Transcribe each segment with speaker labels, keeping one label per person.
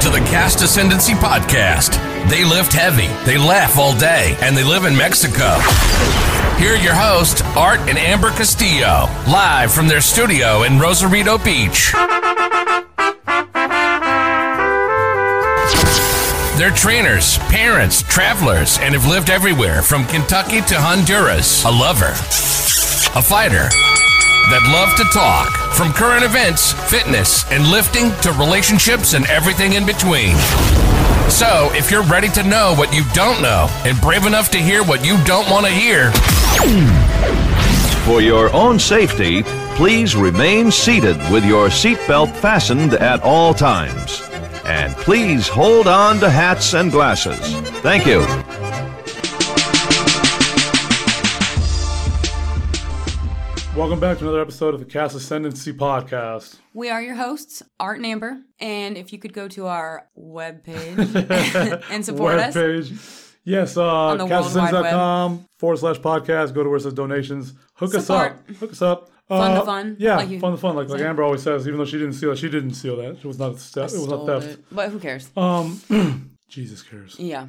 Speaker 1: to the Cast Ascendancy podcast. They lift heavy, they laugh all day, and they live in Mexico. Here are your hosts, Art and Amber Castillo, live from their studio in Rosarito Beach. They're trainers, parents, travelers, and have lived everywhere from Kentucky to Honduras. A lover, a fighter that love to talk from current events, fitness, and lifting to relationships and everything in between. So, if you're ready to know what you don't know and brave enough to hear what you don't want to hear,
Speaker 2: For your own safety, please remain seated with your seatbelt fastened at all times. And please hold on to hats and glasses. Thank you.
Speaker 3: Welcome back to another episode of the Cast Ascendancy podcast.
Speaker 4: We are your hosts, Art and Amber. And if you could go to our webpage and support
Speaker 3: Web
Speaker 4: us,
Speaker 3: page. Yes, uh,
Speaker 4: the World Wide
Speaker 3: castascendancy.com forward slash podcast. Go to where it says donations. Hook us
Speaker 4: Support.
Speaker 3: up. Hook us up.
Speaker 4: Fun to
Speaker 3: Uh,
Speaker 4: fun,
Speaker 3: Yeah,
Speaker 4: like you
Speaker 3: fun to fun. Like, like
Speaker 4: said.
Speaker 3: Amber always says, even though she didn't steal it, she didn't steal that. It was not a theft. It was not
Speaker 4: Sold
Speaker 3: theft.
Speaker 4: it. But who cares?
Speaker 3: Uh. Jesus cares.
Speaker 4: yeah.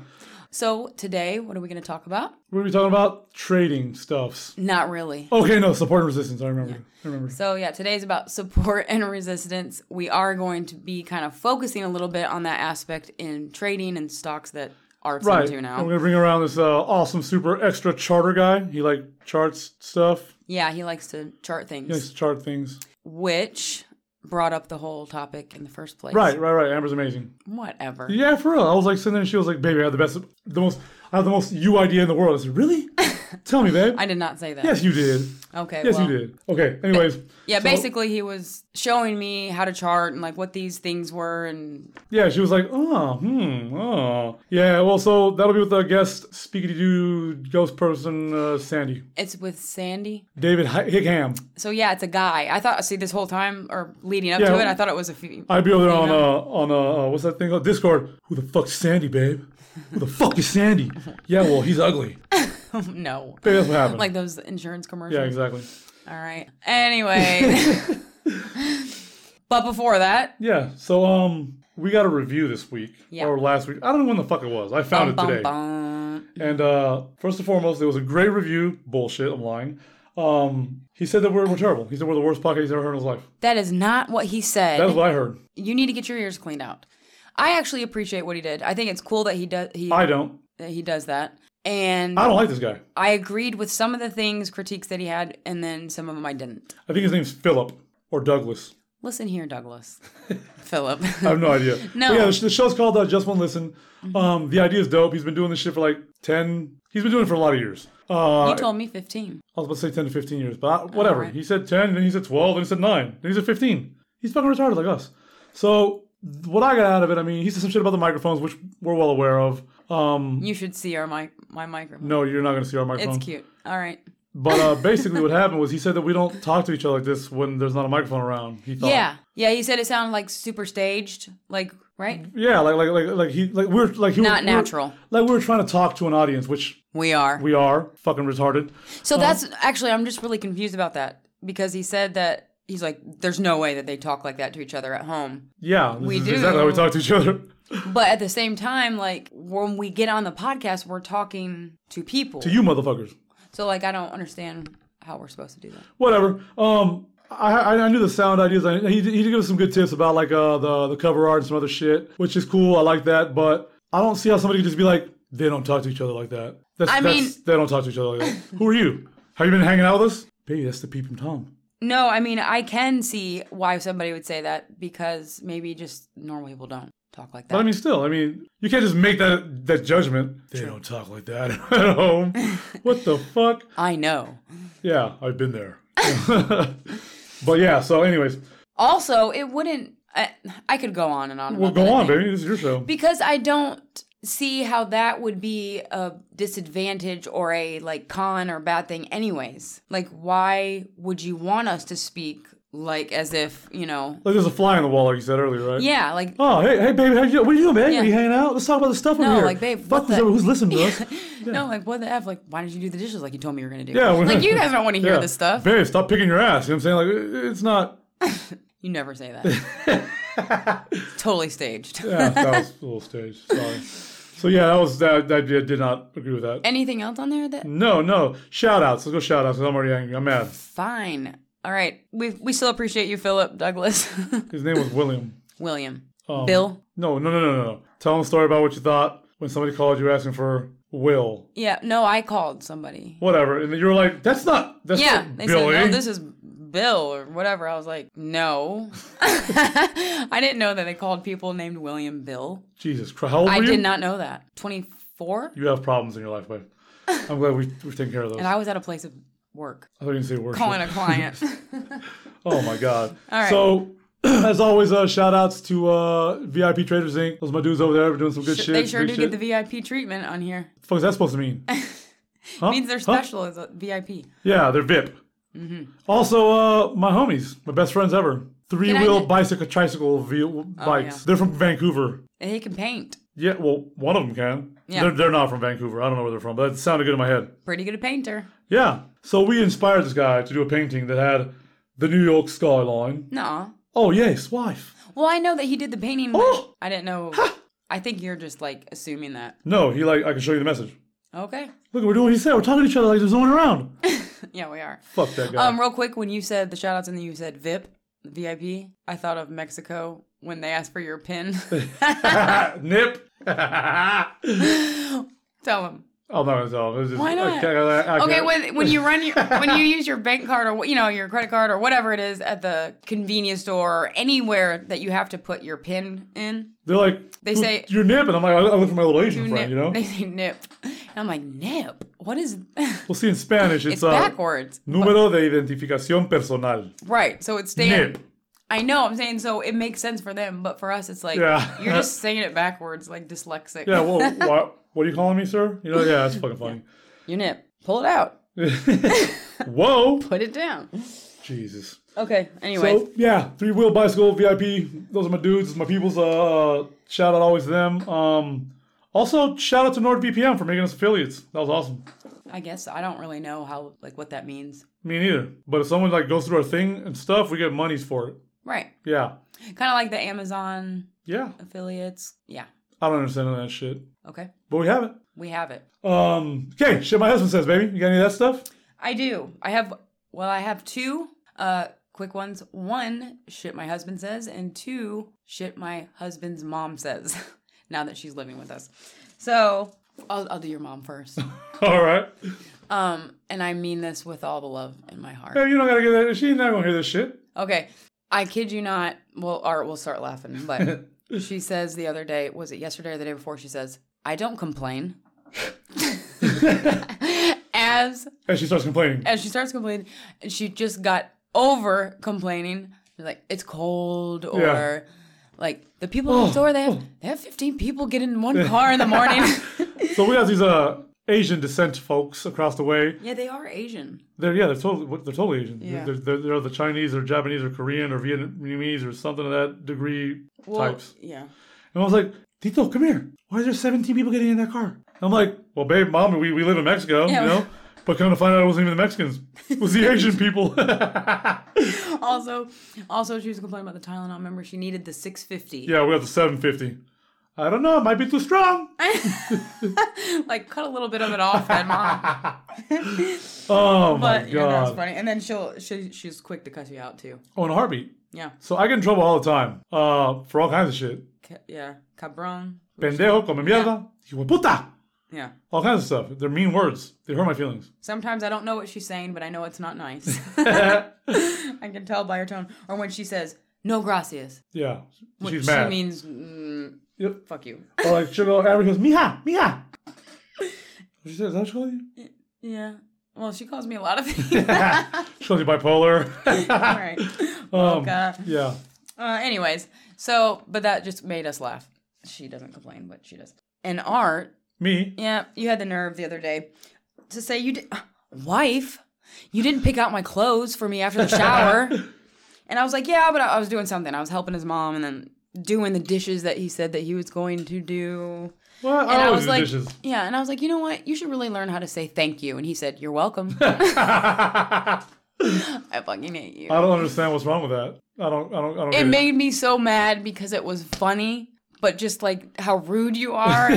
Speaker 4: So today, what are we going to talk about?
Speaker 3: We're going to be talking about trading stuffs.
Speaker 4: Not really.
Speaker 3: Okay, no, support and resistance. I remember. I remember.
Speaker 4: So yeah, today's about support and resistance. We are going to be kind of focusing a little bit on that aspect in trading and stocks that Art's
Speaker 3: Right.
Speaker 4: into
Speaker 3: I'm
Speaker 4: now.
Speaker 3: going to bring around this uh, awesome, super extra charter guy. He like charts stuff.
Speaker 4: yeah, he likes to chart things,
Speaker 3: He likes to chart things.
Speaker 4: which brought up the whole topic in the first place.
Speaker 3: Right, right, right. Amber's amazing.
Speaker 4: Whatever.
Speaker 3: Yeah, for real. I was like sitting there, and she was like, "Baby, I have the best, the most, I have the most you idea in the world." I said, "Really? Tell me, babe."
Speaker 4: I did not say that.
Speaker 3: yes, you did.
Speaker 4: Okay.
Speaker 3: Yes,
Speaker 4: well,
Speaker 3: you did. Okay. Anyways.
Speaker 4: Yeah,
Speaker 3: so-
Speaker 4: basically he was showing me how to chart and like what these things were and
Speaker 3: Yeah, she was like, "Oh, hmm, oh, yeah." Well, so that'll be with the guest speakity dude ghost person uh, Sandy
Speaker 4: it's with Sandy.
Speaker 3: David Hi- Higham.
Speaker 4: So yeah, it's a guy. I thought see this whole time or leading up
Speaker 3: Yeah.
Speaker 4: to it, I thought it was a few
Speaker 3: I'd be over there on
Speaker 4: Female.
Speaker 3: uh, on uh, uh, what's that thing called Discord? Who the fuck's Sandy, babe? Who the fuck is Sandy? Yeah, well, he's ugly.
Speaker 4: no.
Speaker 3: Babe, that's what happened.
Speaker 4: Like those insurance commercials.
Speaker 3: yeah, exactly.
Speaker 4: All right. Anyway. but before that,
Speaker 3: Yeah. So um, we got a review this week
Speaker 4: Yeah.
Speaker 3: or last week. I don't know when the fuck it was. I found it
Speaker 4: bum,
Speaker 3: today.
Speaker 4: bum.
Speaker 3: And uh, first and foremost, it was a great review. Bullshit. I'm lying. Um, he said that we're, we're terrible. He said we're the worst podcast he's ever heard in his life.
Speaker 4: that is not what he said.
Speaker 3: That's what I heard.
Speaker 4: you need to get your ears cleaned out. I actually appreciate what he did. I think it's cool that he does he
Speaker 3: I don't.
Speaker 4: that he does that. And
Speaker 3: I don't like this guy.
Speaker 4: I agreed with some of the things, critiques that he had, and then some of them I didn't.
Speaker 3: I think his name's Philip or Douglas.
Speaker 4: Listen here, Douglas. Philip.
Speaker 3: I have no idea.
Speaker 4: No. Mm-hmm.
Speaker 3: But yeah, the sh- the show's called uh, Just One Listen. Um, the idea is dope. He's been doing this shit for like ten. He's been doing it for a lot of years. Uh,
Speaker 4: you told me 15.
Speaker 3: I was about to say 10 to 15 years, but I, whatever.
Speaker 4: Alright.
Speaker 3: He said 10, then he said 12, then he said 9, then he said 15. He's fucking retarded like us. So, what I got out of it, I mean, he said some shit about the microphones, which we're well aware of. Um,
Speaker 4: You should see our mic, my microphone.
Speaker 3: no, you're not going to see our microphone.
Speaker 4: It's cute. All right.
Speaker 3: But uh, basically, what happened was he said that we don't talk to each other like this when there's not a microphone around. He thought.
Speaker 4: Yeah. Yeah, he said it sounded like super staged, like, right?
Speaker 3: Yeah, like like like like he like we're like he
Speaker 4: Not
Speaker 3: we were-
Speaker 4: natural.
Speaker 3: like we were trying to talk to an audience, which
Speaker 4: We are.
Speaker 3: we are fucking retarded.
Speaker 4: so that's actually, I'm just really confused about that because he said that he's like, there's no way that they talk like that to each other at home.
Speaker 3: Yeah, this
Speaker 4: We
Speaker 3: is
Speaker 4: do.
Speaker 3: exactly how we talk to each other
Speaker 4: But at the same time, like, when we get on the podcast, we're talking to people.
Speaker 3: to you motherfuckers.
Speaker 4: So, like, I don't understand how we're supposed to do that.
Speaker 3: whatever. Um, I, I I knew the sound ideas. I, he, did- he did give us some good tips about like uh, the the cover art and some other shit, which is cool. I like that, but I don't see how somebody could just be like, they don't talk to each other like that. That's,
Speaker 4: I
Speaker 3: that's
Speaker 4: mean-
Speaker 3: they don't talk to each other like that. Who are you? Have you been hanging out with us? Baby, that's the peep from Tom.
Speaker 4: No, I mean I can see why somebody would say that because maybe just normal people don't talk like that.
Speaker 3: But I mean, still, I mean, you can't just make that that judgment. They don't talk like that at home. what the fuck?
Speaker 4: I know.
Speaker 3: Yeah, I've been there. but yeah, so anyways,
Speaker 4: Also, it wouldn't. I, I could go on and on.
Speaker 3: we'll
Speaker 4: about
Speaker 3: go
Speaker 4: that, I
Speaker 3: on,
Speaker 4: think.
Speaker 3: baby. This is your show.
Speaker 4: Because I don't see how that would be a disadvantage or a like con or bad thing. Anyways, like why would you want us to speak like as if you know?
Speaker 3: Like there's a fly on the wall, like you said earlier, right?
Speaker 4: Yeah, like
Speaker 3: Oh, hey, hey, baby, how you, what are you doing, man?
Speaker 4: Yeah.
Speaker 3: Are you hanging out? Let's talk about the stuff over
Speaker 4: No,
Speaker 3: here.
Speaker 4: like, babe,
Speaker 3: Fuck
Speaker 4: what
Speaker 3: this
Speaker 4: the-
Speaker 3: who's listening to us.
Speaker 4: no, like what the f? Like why did you do the dishes like you told me you were gonna do?
Speaker 3: Yeah, we-
Speaker 4: like you guys don't want to hear
Speaker 3: Yeah.
Speaker 4: this stuff.
Speaker 3: Babe, stop picking your ass. You know what I'm saying? Like, it- it's not.
Speaker 4: You never say that. totally staged.
Speaker 3: Yeah, that was a little staged. Sorry. So yeah, that was that. that I did did not agree with that.
Speaker 4: Anything else on there that
Speaker 3: No, no. Shout outs. Let's go shout outs. I'm already angry. I'm mad.
Speaker 4: fine. All right. We we still appreciate you, Philip Douglas.
Speaker 3: His name was William.
Speaker 4: William.
Speaker 3: Oh.
Speaker 4: Bill.
Speaker 3: No, no, no, no, no, no. Tell him a story about what you thought when somebody called you asking for Will.
Speaker 4: Yeah, no, I called somebody.
Speaker 3: Whatever. And you were like, that's not, that's
Speaker 4: Yeah,
Speaker 3: not
Speaker 4: they
Speaker 3: Billy.
Speaker 4: said, no, this is Bill or whatever. I was like, no. I didn't know that they called people named William Bill.
Speaker 3: Jesus Christ. How old
Speaker 4: I
Speaker 3: were you?
Speaker 4: did not know that. 24?
Speaker 3: You have problems in your life, babe. I'm glad we, we've taken care of those.
Speaker 4: And I was at a place of work
Speaker 3: I thought you didn't say worship.
Speaker 4: calling a client.
Speaker 3: Oh my God.
Speaker 4: right.
Speaker 3: So, as always, uh, shout outs to uh, VIP Traders Inc. Those are my dudes over there. We're doing some good shit.
Speaker 4: they sure
Speaker 3: big
Speaker 4: do
Speaker 3: shit.
Speaker 4: get the VIP treatment on here.
Speaker 3: fuck is that supposed to mean? Huh?
Speaker 4: Means they're
Speaker 3: Huh?
Speaker 4: special Mm-hmm. as a VIP.
Speaker 3: Yeah, they're VIP. Also, uh, my homies, my best friends ever. Three wheel
Speaker 4: ju-
Speaker 3: bicycle, tricycle wheel bikes.
Speaker 4: Oh, yeah.
Speaker 3: They're from Vancouver.
Speaker 4: And they can paint.
Speaker 3: Yeah, well, one of them can.
Speaker 4: Yeah.
Speaker 3: They're, they're not from Vancouver. I don't know where they're from, but that sounded good in my head.
Speaker 4: Pretty good painter.
Speaker 3: Yeah. So we inspired this guy to do a painting that had the New York skyline.
Speaker 4: No.
Speaker 3: Oh, yes, wife.
Speaker 4: Well, I know that he did the painting. but
Speaker 3: Oh!
Speaker 4: I didn't know. I think you're just like assuming that.
Speaker 3: No, he like, I can show you the message.
Speaker 4: Okay.
Speaker 3: Look, we're doing what he said. We're talking to each other like there's no one around.
Speaker 4: Yeah, we are.
Speaker 3: Fuck that guy.
Speaker 4: Um, real quick, when you said the shout outs and then you said VIP, VIP, I thought of Mexico when they asked for your pin.
Speaker 3: Ah, Nip.
Speaker 4: Tell them.
Speaker 3: I'm not gonna tell him. Oh, It's just-
Speaker 4: Why not?
Speaker 3: I can't- I- I
Speaker 4: Okay,
Speaker 3: can't.
Speaker 4: when when you run your when you use your bank card or you know your credit card or whatever it is at the convenience store or anywhere that you have to put your pin in,
Speaker 3: They're like,
Speaker 4: They
Speaker 3: "Look,
Speaker 4: say-
Speaker 3: you're Nip, and I'm like, I I look for my little Asian
Speaker 4: you
Speaker 3: friend,
Speaker 4: nip,
Speaker 3: you know.
Speaker 4: they say nip, and I'm like nip. What is?
Speaker 3: We'll see in Spanish. It's,
Speaker 4: It's
Speaker 3: uh,
Speaker 4: backwards,
Speaker 3: número de identificación personal.
Speaker 4: right? So it's stand.
Speaker 3: Nip.
Speaker 4: I know. I'm saying so it makes sense for them, but for us, it's like
Speaker 3: Yeah.
Speaker 4: you're just saying it backwards, like dyslexic.
Speaker 3: Yeah. Well, what? What are you calling me, sir? You know, yeah, that's fucking funny.
Speaker 4: Your nip. Pull it out.
Speaker 3: Whoa,
Speaker 4: Put it down.
Speaker 3: Jesus.
Speaker 4: Okay. Anyway.
Speaker 3: So yeah, three wheel bicycle VIP. Those are my dudes. It's my people's. Uh, shout out always to them. Um, also shout out to NordVPN for making us affiliates. That was awesome.
Speaker 4: I guess I don't really know how like what that means.
Speaker 3: Me neither. But if someone like goes through our thing and stuff, we get monies for it.
Speaker 4: Right.
Speaker 3: Yeah.
Speaker 4: Kind of like the Amazon
Speaker 3: Yeah.
Speaker 4: affiliates. Yeah.
Speaker 3: I don't understand none of that shit,
Speaker 4: Okay.
Speaker 3: but we have it.
Speaker 4: We have it.
Speaker 3: Um, okay, shit my husband says, baby. You got any of that stuff?
Speaker 4: I do. I have well, I have two uh quick ones. One, shit my husband says, and two, shit my husband's mom says now that she's living with us. So, I'll I'll do your mom first.
Speaker 3: All right.
Speaker 4: Um and I mean this with all the love in my heart.
Speaker 3: Hey, you don't gotta get that. She's not gonna hear this shit.
Speaker 4: Okay. I kid you not. Well, all right, we'll start laughing. But she says the other day, was it yesterday or the day before? She says, I don't complain. as
Speaker 3: And she starts complaining.
Speaker 4: as she starts complaining, she just got over complaining. She's like, it's cold or like the people
Speaker 3: Oh.
Speaker 4: next door, they have they have fifteen people get in one car in the morning.
Speaker 3: So we have these uh Asian descent folks across the way.
Speaker 4: yeah, they are Asian.
Speaker 3: They're yeah, they're totally what- they're totally Asian.
Speaker 4: Yeah.
Speaker 3: They're, they're they're the Chinese or Japanese or Korean or Vietnamese or something of that degree types.
Speaker 4: Yeah.
Speaker 3: And I was like, Tito, come here. Why is there 17 people getting in that car? And I'm like, well, babe, mom, we, we live in Mexico,
Speaker 4: Yeah.
Speaker 3: you know? But come to find out, it wasn't even the Mexicans. It was the Asian people.
Speaker 4: Also also she was complaining about the Tylenol. Remember, she needed the six fifty.
Speaker 3: yeah, we got the 750. I don't know. It might be too strong.
Speaker 4: like cut a little bit of it off then mom
Speaker 3: Oh, my
Speaker 4: but yeah that's
Speaker 3: God.
Speaker 4: funny and then she'll she, she's quick to cuss you out too
Speaker 3: On a heartbeat.
Speaker 4: yeah
Speaker 3: So I get in trouble all the time uh, for all kinds of shit.
Speaker 4: Ca- yeah cabron
Speaker 3: Pendejo, come mierda, hijo de puta.
Speaker 4: yeah
Speaker 3: All kinds of stuff. They're mean words. They hurt my feelings.
Speaker 4: sometimes i don't know what she's saying but i know it's not nice
Speaker 3: yeah.
Speaker 4: i can tell by her tone or when she says no gracias
Speaker 3: She's
Speaker 4: she
Speaker 3: mad.
Speaker 4: means mm,
Speaker 3: Yep.
Speaker 4: fuck you
Speaker 3: Or like, she'll go, Avery goes, mija, mija. She says, is that what she called you?
Speaker 4: yeah well she calls me a lot of things
Speaker 3: She calls you bipolar.
Speaker 4: all right Mocha.
Speaker 3: yeah.
Speaker 4: Uh, anyways so but that just made us laugh she doesn't complain but she does and art
Speaker 3: Me.
Speaker 4: Yeah, you had the nerve the other day to say you did, wife, you didn't pick out my clothes for me after the shower. and I was like, yeah, but I I was doing something. I was helping his mom and then doing the dishes that he said that he was going to do.
Speaker 3: Well, I
Speaker 4: And
Speaker 3: always
Speaker 4: I was
Speaker 3: do
Speaker 4: like,
Speaker 3: Oh, dishes.
Speaker 4: yeah, and I was like, you know what? You should really learn how to say thank you. And he said, you're welcome. I fucking hate you.
Speaker 3: I don't understand what's wrong with that. I don't. I don't. I don't.
Speaker 4: It
Speaker 3: get
Speaker 4: made me so mad because it was funny, but just like how rude you are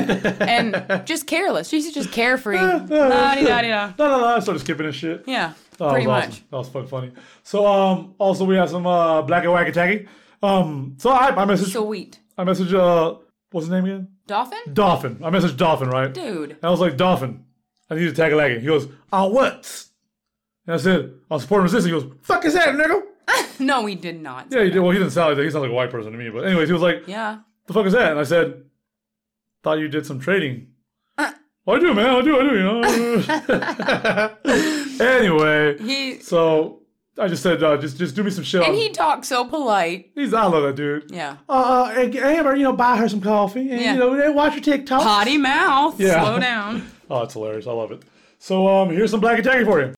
Speaker 4: and just careless. She's just carefree. La-di-da-di-da.
Speaker 3: No, no, no. I started skipping and shit.
Speaker 4: Yeah,
Speaker 3: Oh,
Speaker 4: pretty
Speaker 3: that was
Speaker 4: much.
Speaker 3: awesome. That was fucking funny. So, um, also we have some uh, black and wacky tacky. Um, so I, I messaged,
Speaker 4: Sweet.
Speaker 3: I messaged, uh, what's his name again?
Speaker 4: Dolphin?
Speaker 3: Dolphin. I messaged Dolphin, right?
Speaker 4: Dude.
Speaker 3: And I was like, Dolphin, I need to tag a laggy. He goes, on what? And I said, on support and resistance. He goes, fuck is that, nigga?
Speaker 4: No, we did not.
Speaker 3: Yeah, he did. Well, he didn't sound like that. He sounds like a white person to me. But anyways, he was like,
Speaker 4: Yeah.
Speaker 3: the fuck is that? And I said, thought you did some trading.
Speaker 4: Uh.
Speaker 3: Oh, I do, man. I do. I do. You know. anyway,
Speaker 4: He
Speaker 3: so I just said, uh, just just do me some shit.
Speaker 4: and
Speaker 3: on-
Speaker 4: he talked so polite.
Speaker 3: He's I love that dude.
Speaker 4: Yeah.
Speaker 3: Uh, uh, and Amber, you know, buy her some coffee, and
Speaker 4: Yeah.
Speaker 3: you know, watch her TikTok.
Speaker 4: Potty mouth.
Speaker 3: Yeah.
Speaker 4: Slow down.
Speaker 3: Oh, it's hilarious. I love it. So um, here's some black and tacky for you.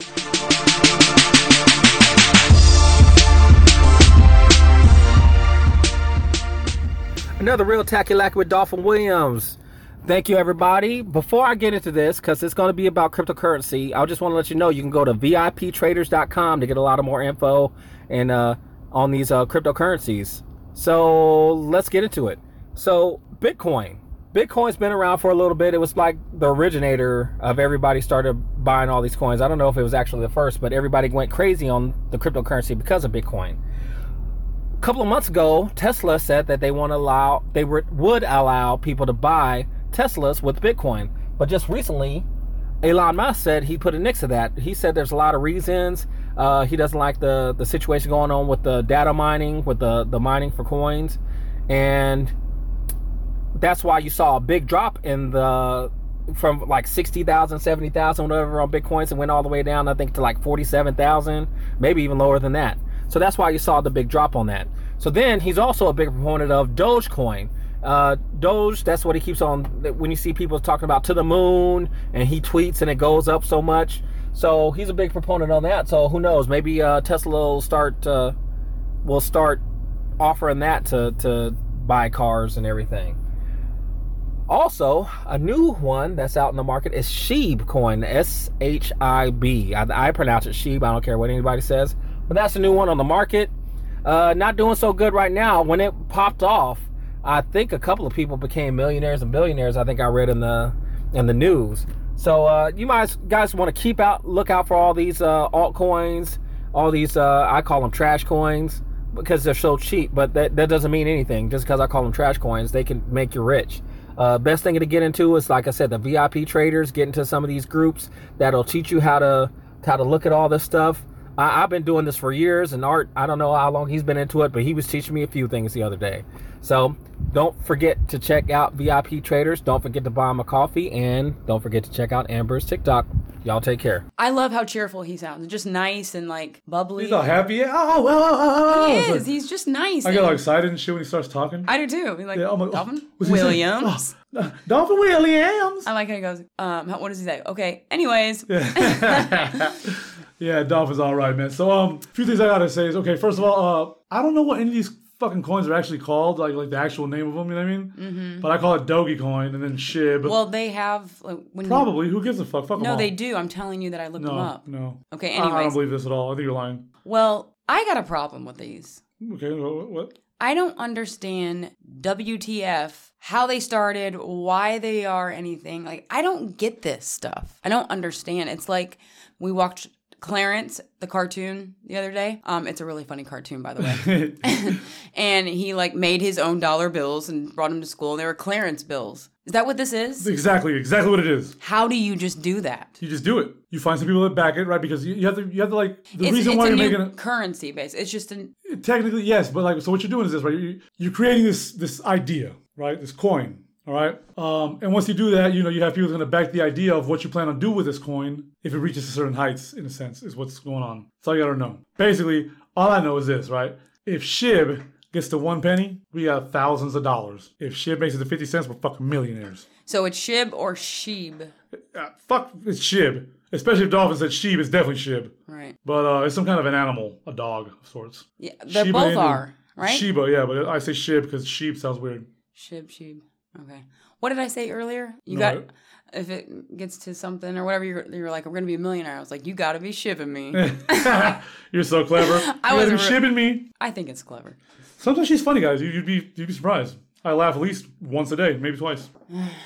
Speaker 5: Another real tacky lack with Dolphin Williams. Thank you, everybody. Before I get into this, because it's going to be about cryptocurrency, I just want to let you know you can go to VIPtraders.com to get a lot of more info and uh, on these uh, cryptocurrencies. So let's get into it. So Bitcoin, Bitcoin's been around for a little bit. It was like the originator of everybody started buying all these coins. I don't know if it was actually the first, but everybody went crazy on the cryptocurrency because of Bitcoin a couple of months ago, Tesla said that they want to allow they were, would allow people to buy Teslas with Bitcoin. But just recently, Elon Musk said he put a nix to that. He said there's a lot of reasons. Uh, he doesn't like the the situation going on with the data mining, with the the mining for coins, and that's why you saw a big drop in the from like 60,000, 70,000, whatever on bitcoins and went all the way down, I think, to like 47,000, maybe even lower than that. So that's why you saw the big drop on that. So then he's also a big proponent of Dogecoin. Uh, Doge, that's what he keeps on that when you see people talking about to the moon and he tweets and it goes up so much. So he's a big proponent on that. So who knows? Maybe uh, Tesla will start uh, will start offering that to, to buy cars and everything. Also, a new one that's out in the market is Sheeb coin, S H I B. I I pronounce it Sheeb. I don't care what anybody says, but that's a new one on the market. Uh, not doing so good right now. When it popped off, I think a couple of people became millionaires and billionaires. I think I read in the in the news. So uh, you guys guys want to keep out look out for all these uh, altcoins, all these uh, I call them trash coins because they're so cheap. But that that doesn't mean anything. Just because I call them trash coins, they can make you rich. Uh, best thing to get into is, like I said, the VIP traders. Get into some of these groups that'll teach you how to how to look at all this stuff. I, I've been doing this for years, and Art, I don't know how long he's been into it, but he was teaching me a few things the other day. So don't forget to check out VIP traders. Don't forget to buy him a coffee, and don't forget to check out Amber's TikTok. Y'all take care.
Speaker 4: I love how cheerful he sounds. Just nice and like bubbly.
Speaker 3: He's all happy. Oh, oh, oh, oh, oh.
Speaker 4: He
Speaker 3: It's like-
Speaker 4: is. He's just nice.
Speaker 3: I get
Speaker 4: and-
Speaker 3: all excited and shit when he starts talking.
Speaker 4: I do too. He's like,
Speaker 3: Yeah, I'm like, oh,
Speaker 4: Dolphin?
Speaker 3: what's he saying?
Speaker 4: Williams.
Speaker 3: Oh, Dolphin Williams.
Speaker 4: I like how he goes, um, how- what does he say? Okay. Anyways,
Speaker 3: Yeah, Dolphin's all right, man. So, um, a few things I gotta say is okay. First of all, uh, I don't know what any of these fucking coins are actually called, like like the actual name of them. You know what I mean? Mm-hmm. But I call it Dogecoin coin and then shib. But
Speaker 4: well, they have, like, when you-
Speaker 3: probably who gives a fuck? Fuck 'em
Speaker 4: no,
Speaker 3: all.
Speaker 4: they do. I'm telling you that I looked them
Speaker 3: No,
Speaker 4: up.
Speaker 3: no.
Speaker 4: Okay,
Speaker 3: I- I, don't
Speaker 4: anyways.
Speaker 3: believe this at all. I think you're lying.
Speaker 4: Well, I got a problem with these.
Speaker 3: Okay, wh- what?
Speaker 4: I don't understand WTF, how they started, why they are anything. Like, I don't get this stuff. I don't understand. It's like we watched Clarence, the cartoon, the other day. Um, it's a really funny cartoon, by the way. and he like made his own dollar bills and brought them to school, and they were Clarence bills. Is that what this is?
Speaker 3: Exactly, exactly what it is.
Speaker 4: How do you just do that?
Speaker 3: You just do it. You find some people that back it, right? Because you, you have to, you have to like the
Speaker 4: It's,
Speaker 3: reason
Speaker 4: it's
Speaker 3: why
Speaker 4: a
Speaker 3: you're
Speaker 4: new
Speaker 3: making it.
Speaker 4: currency base. It's just an
Speaker 3: Technically, yes, but like, so what you're doing is this, right? You, you're creating this this idea, right? This coin, all right. Um, and once you do that, you know you have people going to back the idea of what you plan on do with this coin if it reaches to certain heights. In a sense, is what's going on. That's all you got to know. Basically, all I know is this, right? If Shib gets to one penny, we got thousands of dollars. If Shib makes it to fifty cents, we're fucking millionaires.
Speaker 4: so it's Shib or Sheeb,
Speaker 3: Uh, fuck, it's Shib. Especially if Dolphin said Sheeb, it's definitely Shib.
Speaker 4: right?
Speaker 3: But uh, it's some kind of an animal, a dog of sorts.
Speaker 4: Yeah, they
Speaker 3: Shiba
Speaker 4: both
Speaker 3: Inu.
Speaker 4: are right.
Speaker 3: Sheba, yeah, but I say Shib because sheep sounds weird.
Speaker 4: Shib, Shib. Okay. What did I say earlier? You
Speaker 3: No.
Speaker 4: got if it gets to something or whatever you're you're like, I'm gonna be a millionaire. I was like, you gotta be shipping me.
Speaker 3: You're so clever.
Speaker 4: I
Speaker 3: you
Speaker 4: wasn't
Speaker 3: guys are
Speaker 4: re-
Speaker 3: shipping me.
Speaker 4: I think it's clever.
Speaker 3: Sometimes she's funny, guys. You- You'd be you'd be surprised. I laugh at least once a day, maybe twice,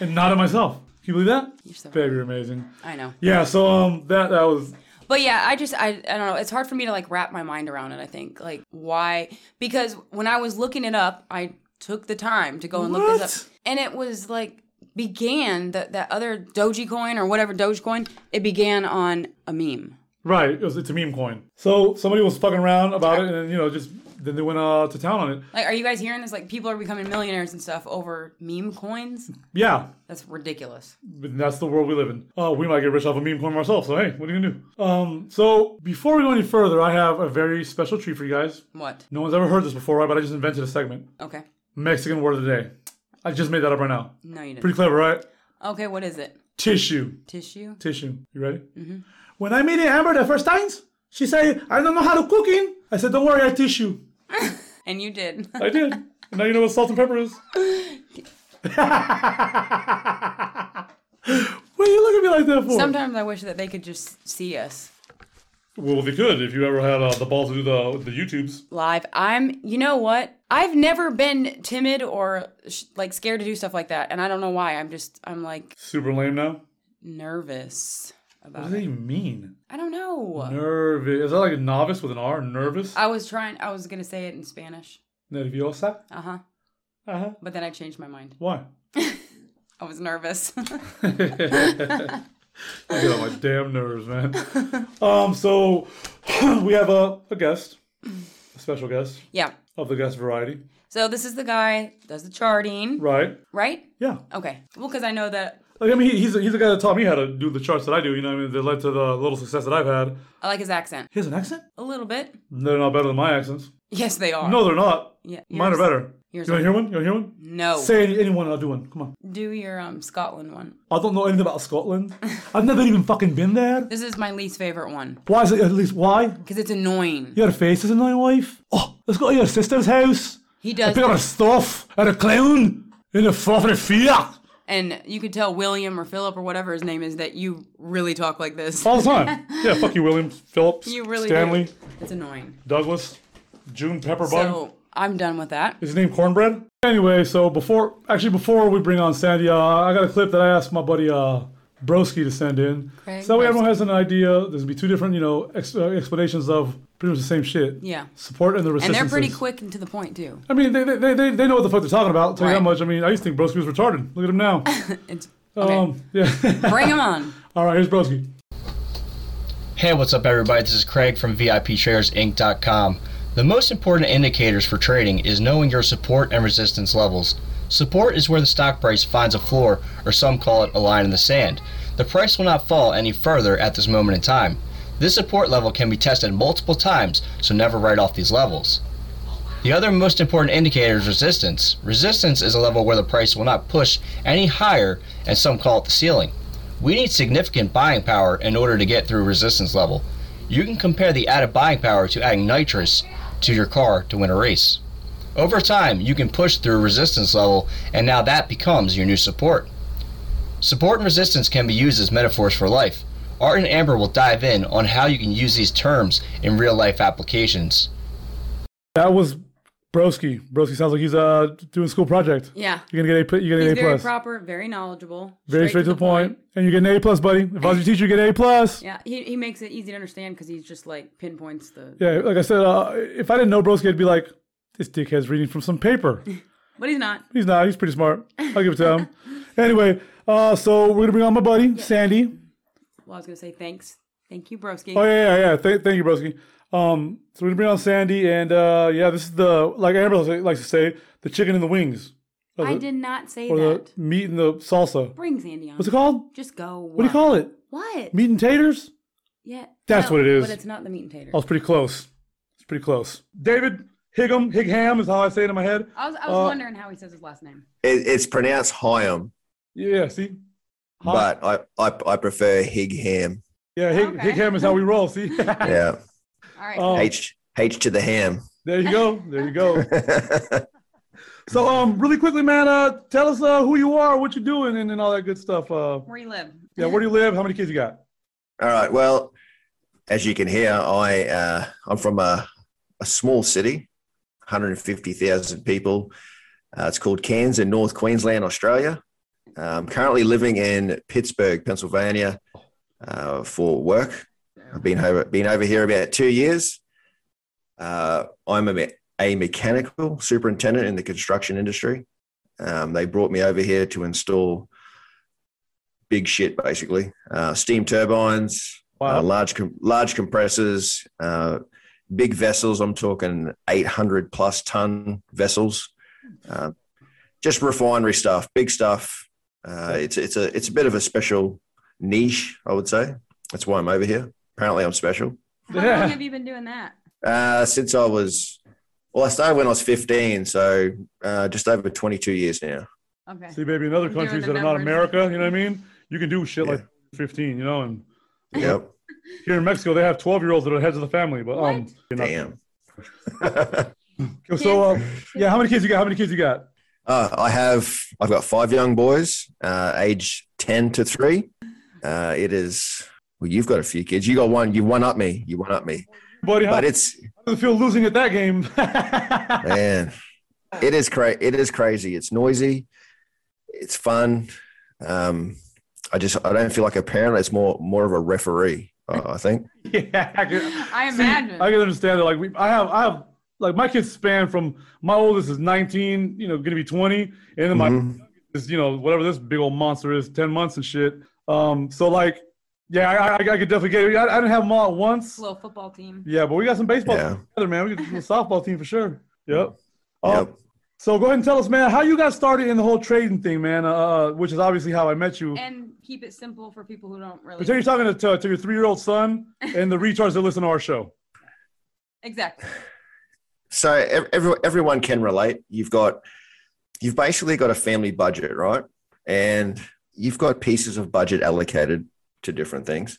Speaker 3: and not at myself. Can you believe that? You're
Speaker 4: so
Speaker 3: Baby, you're amazing.
Speaker 4: I know.
Speaker 3: Yeah. So um, that that was
Speaker 4: But yeah, I just I, I don't know. It's hard for me to like wrap my mind around it. I think like why because when I was looking it up, I took the time to go and look this up, and it was like began that that other Doji coin or whatever Dogecoin. It began on a meme.
Speaker 3: right. It was it's a meme coin. So somebody was fucking around about it, and then, you know, just then they went uh, to town on it.
Speaker 4: Like, are you guys hearing this? Like, people are becoming millionaires and stuff over meme coins.
Speaker 3: Yeah,
Speaker 4: That's ridiculous.
Speaker 3: But that's the world we live in. Oh, we might get rich off a meme coin ourselves. So hey, what are you gonna do? Um, so before we go any further, I have a very special treat for you guys.
Speaker 4: What?
Speaker 3: No one's ever heard this before, right? But I just invented a segment.
Speaker 4: Okay.
Speaker 3: Mexican word of the day. I just made that up right now.
Speaker 4: No, you didn't.
Speaker 3: Pretty clever, right?
Speaker 4: Okay, what is it?
Speaker 3: Tissue.
Speaker 4: Tissue?
Speaker 3: Tissue. You ready? Mm-hmm. When I made Amber the first times, she said, I don't know how to cooking. I said, don't worry, I tissue.
Speaker 4: And you did.
Speaker 3: I did. And now you know what salt and pepper is. what are you looking at me like that for?
Speaker 4: Sometimes I wish that they could just see us
Speaker 3: Well, they could if you ever had uh, the ball to do the the YouTubes.
Speaker 4: live. I'm, you know what? I've never been timid or sh- like scared to do stuff like that. And I don't know why. I'm just, I'm like
Speaker 3: Super lame now.
Speaker 4: nervous
Speaker 3: What
Speaker 4: about
Speaker 3: do
Speaker 4: it.
Speaker 3: they mean?
Speaker 4: I don't know.
Speaker 3: Nervous. Is that like a novice with an R? Nervous.
Speaker 4: I was trying, I was going to say it in Spanish.
Speaker 3: Nerviosa.
Speaker 4: Uh huh.
Speaker 3: Uh huh.
Speaker 4: But then I changed my mind.
Speaker 3: Why?
Speaker 4: I was nervous.
Speaker 3: I get on my damn nerves, man. um. So we have a a guest, a special guest
Speaker 4: yeah.
Speaker 3: of the guest variety,
Speaker 4: So this is the guy, does the charting,
Speaker 3: right?
Speaker 4: right?
Speaker 3: Yeah.
Speaker 4: Okay. Well, because I know that
Speaker 3: Like I mean, he, he's the- he's the guy that taught me how to do the charts that I do. You know, what I mean, that led to the little success that I've had.
Speaker 4: I like his accent
Speaker 3: He has an accent.
Speaker 4: a little bit.
Speaker 3: They're not better than my accents.
Speaker 4: Yes, they are.
Speaker 3: No, they're not.
Speaker 4: Yeah,
Speaker 3: Mine are
Speaker 4: yours-
Speaker 3: better. You
Speaker 4: yours
Speaker 3: want to hear
Speaker 4: are-
Speaker 3: one? You want to hear one?
Speaker 4: No.
Speaker 3: Say any, anyone, I'll do one. Come on.
Speaker 4: Do your um Scotland one.
Speaker 3: I don't know anything about Scotland. I've never even fucking been there.
Speaker 4: This is my least favorite one
Speaker 3: Why is it at least why?
Speaker 4: because it's annoying.
Speaker 3: Your face is annoying, wife. Oh, let's go to your sister's house.
Speaker 4: He
Speaker 3: I
Speaker 4: does,
Speaker 3: pick up a stuff and a clown in a fucking Fiat
Speaker 4: and you could tell William or Philip or whatever his name is that you really talk like this.
Speaker 3: all the time. yeah, fuck you, William, Phillips,
Speaker 4: You really do.
Speaker 3: Stanley,
Speaker 4: It's annoying.
Speaker 3: Douglas, June Pepperbun.
Speaker 4: So I'm done with that.
Speaker 3: Is his name Cornbread? Anyway, so before actually before we bring on Sandy, uh, I got a clip that I asked my buddy uh, Broski to send in.
Speaker 4: Craig
Speaker 3: so that way
Speaker 4: Broski.
Speaker 3: everyone has an idea. There's gonna be two different, you know, ex- uh, explanations of pretty much the same shit.
Speaker 4: Yeah.
Speaker 3: Support and the
Speaker 4: And
Speaker 3: resistance.
Speaker 4: they're pretty quick and to the point too.
Speaker 3: I mean, they they, they, they- they know what the fuck they're talking about. I'll Tell you that much.
Speaker 4: Right.
Speaker 3: I mean, I used to think Broski was retarded. Look at him now.
Speaker 4: It's okay.
Speaker 3: Um, yeah.
Speaker 4: Bring him on.
Speaker 3: All right, here's Broski.
Speaker 6: Hey, what's up, everybody? This is Craig from VIPTradersInc.com. The most important indicators for trading is knowing your support and resistance levels. Support is where the stock price finds a floor, or some call it a line in the sand. The price will not fall any further at this moment in time. This support level can be tested multiple times, so never write off these levels. The other most important indicator is resistance. Resistance is a level where the price will not push any higher, and some call it the ceiling. We need significant buying power in order to get through resistance level. You can compare the added buying power to adding nitrous to your car to win a race. Over time, you can push through resistance level, and now that becomes your new support. Support and resistance can be used as metaphors for life. Art and Amber will dive in on how you can use these terms in real life applications.
Speaker 3: That was Broski. Broski sounds like he's uh doing school project.
Speaker 4: Yeah.
Speaker 3: You're gonna get a you're gonna
Speaker 4: He's
Speaker 3: get an
Speaker 4: very
Speaker 3: A plus.
Speaker 4: proper, very knowledgeable,
Speaker 3: Very straight, to the point. and you get an A plus, buddy. If I was your teacher, you get an A plus.
Speaker 4: Yeah, he, he makes it easy to understand because he's just like pinpoints the.
Speaker 3: Yeah, like I said, uh, if I didn't know Broski, I'd be like, this dickhead's reading from some paper.
Speaker 4: But he's not.
Speaker 3: He's not. He's pretty smart. I'll give it to him. anyway, uh, so we're going to bring on my buddy, Sandy.
Speaker 4: Well, I was gonna say thanks. Thank you, Broski.
Speaker 3: Oh, yeah, yeah, yeah. Th- thank you, Broski. Um, so we're going to bring on Sandy. And uh, yeah, this is the, like Amber likes to say, the chicken and the wings. Or
Speaker 4: I
Speaker 3: the-
Speaker 4: did not say
Speaker 3: Or
Speaker 4: that.
Speaker 3: the meat and the salsa.
Speaker 4: Bring Sandy on.
Speaker 3: uh, What's it called?
Speaker 4: Just go.
Speaker 3: What do you call it?
Speaker 4: What?
Speaker 3: Meat and taters?
Speaker 4: Yeah.
Speaker 3: That's what it is.
Speaker 4: But it's not the meat and tater.
Speaker 3: I was pretty close. It's pretty close. David Higgum, Higham is how I say it in my head.
Speaker 4: I was, I
Speaker 3: uh,
Speaker 4: was wondering how he says his last name.
Speaker 7: It, it's pronounced Hyam,
Speaker 3: Yeah, see? Hi-
Speaker 7: but I, I, I prefer Higham.
Speaker 3: Yeah, Hig-
Speaker 4: Okay.
Speaker 3: Higham is how we roll, see?
Speaker 7: Yeah.
Speaker 4: All right.
Speaker 3: Um,
Speaker 7: H H to the ham.
Speaker 3: There you go. There you go. So, um, really quickly, man, uh, tell us uh, who you are, what you're doing, and, and all that good stuff. Uh,
Speaker 4: Where you live?
Speaker 3: yeah, where do you live? How many kids you got?
Speaker 7: All right. Well, as you can hear, I uh, I'm from a, a small city, 150,000 people. Uh, it's called Cairns in North Queensland, Australia. I'm currently living in Pittsburgh, Pennsylvania, uh, for work. I've been over been over here about two years. Uh, I'm a, me- a mechanical superintendent in the construction industry. Um, they brought me over here to install big shit, basically uh, steam turbines, uh, large com- large compressors, uh, big vessels. I'm talking 800 plus ton vessels. Uh, just refinery stuff, big stuff. Uh, it's it's a it's a bit of a special niche, I would say. That's why I'm over here. Apparently, I'm special.
Speaker 8: How
Speaker 3: Yeah.
Speaker 8: long have you been doing that?
Speaker 7: Uh, since I was, well, I started when I was 15, so uh, just over 22 years now.
Speaker 8: Okay.
Speaker 3: See, maybe in other
Speaker 8: You're doing
Speaker 3: countries
Speaker 8: the
Speaker 3: that are not
Speaker 8: numbers.
Speaker 3: America, you know what I mean? You can do shit
Speaker 7: Yeah.
Speaker 3: like 15, you know. And
Speaker 7: Yep.
Speaker 3: here in Mexico, they have 12 year olds that are heads of the family, but um, you're not-
Speaker 7: Damn.
Speaker 3: Okay, So, uh, yeah, how many kids you got? How many kids you got?
Speaker 7: Uh, I have I've got five young boys, uh, age ten to three. Uh, it is well, you've got a few kids. You got one. You one up me. You one up me.
Speaker 3: Buddy, how
Speaker 7: But it's
Speaker 3: does it feel losing at that game?
Speaker 7: man, it is cra- It is crazy. It's noisy. It's fun. Um, I just I don't feel like a parent. It's more more of a referee. Uh, I think.
Speaker 3: yeah, I can,
Speaker 8: I
Speaker 3: See,
Speaker 8: imagine.
Speaker 3: I can understand that. Like we, I have, I have, like my kids span from my oldest is 19, you know, gonna be 20, and then my
Speaker 7: Mhm.
Speaker 3: is you know whatever this big old monster is, 10 months and shit. Um, so like, yeah, I, I, I could definitely get. it. I, I didn't have them all at once.
Speaker 8: Little football team.
Speaker 3: Yeah, but we got some baseball
Speaker 7: Yeah. Mm-hmm.
Speaker 3: together, man. We got a softball team for sure. Yep. Um,
Speaker 7: Yep.
Speaker 3: So go ahead and tell us, man, how you got started in the whole trading thing, man. Uh, which is obviously how I met you.
Speaker 8: And keep it simple for people who don't really.
Speaker 3: Pretend you're talking to, to, to your three-year-old son and the retards that listen to our show.
Speaker 8: Exactly.
Speaker 7: so ev- every, everyone can relate you've got you've basically got a family budget right and you've got pieces of budget allocated to different things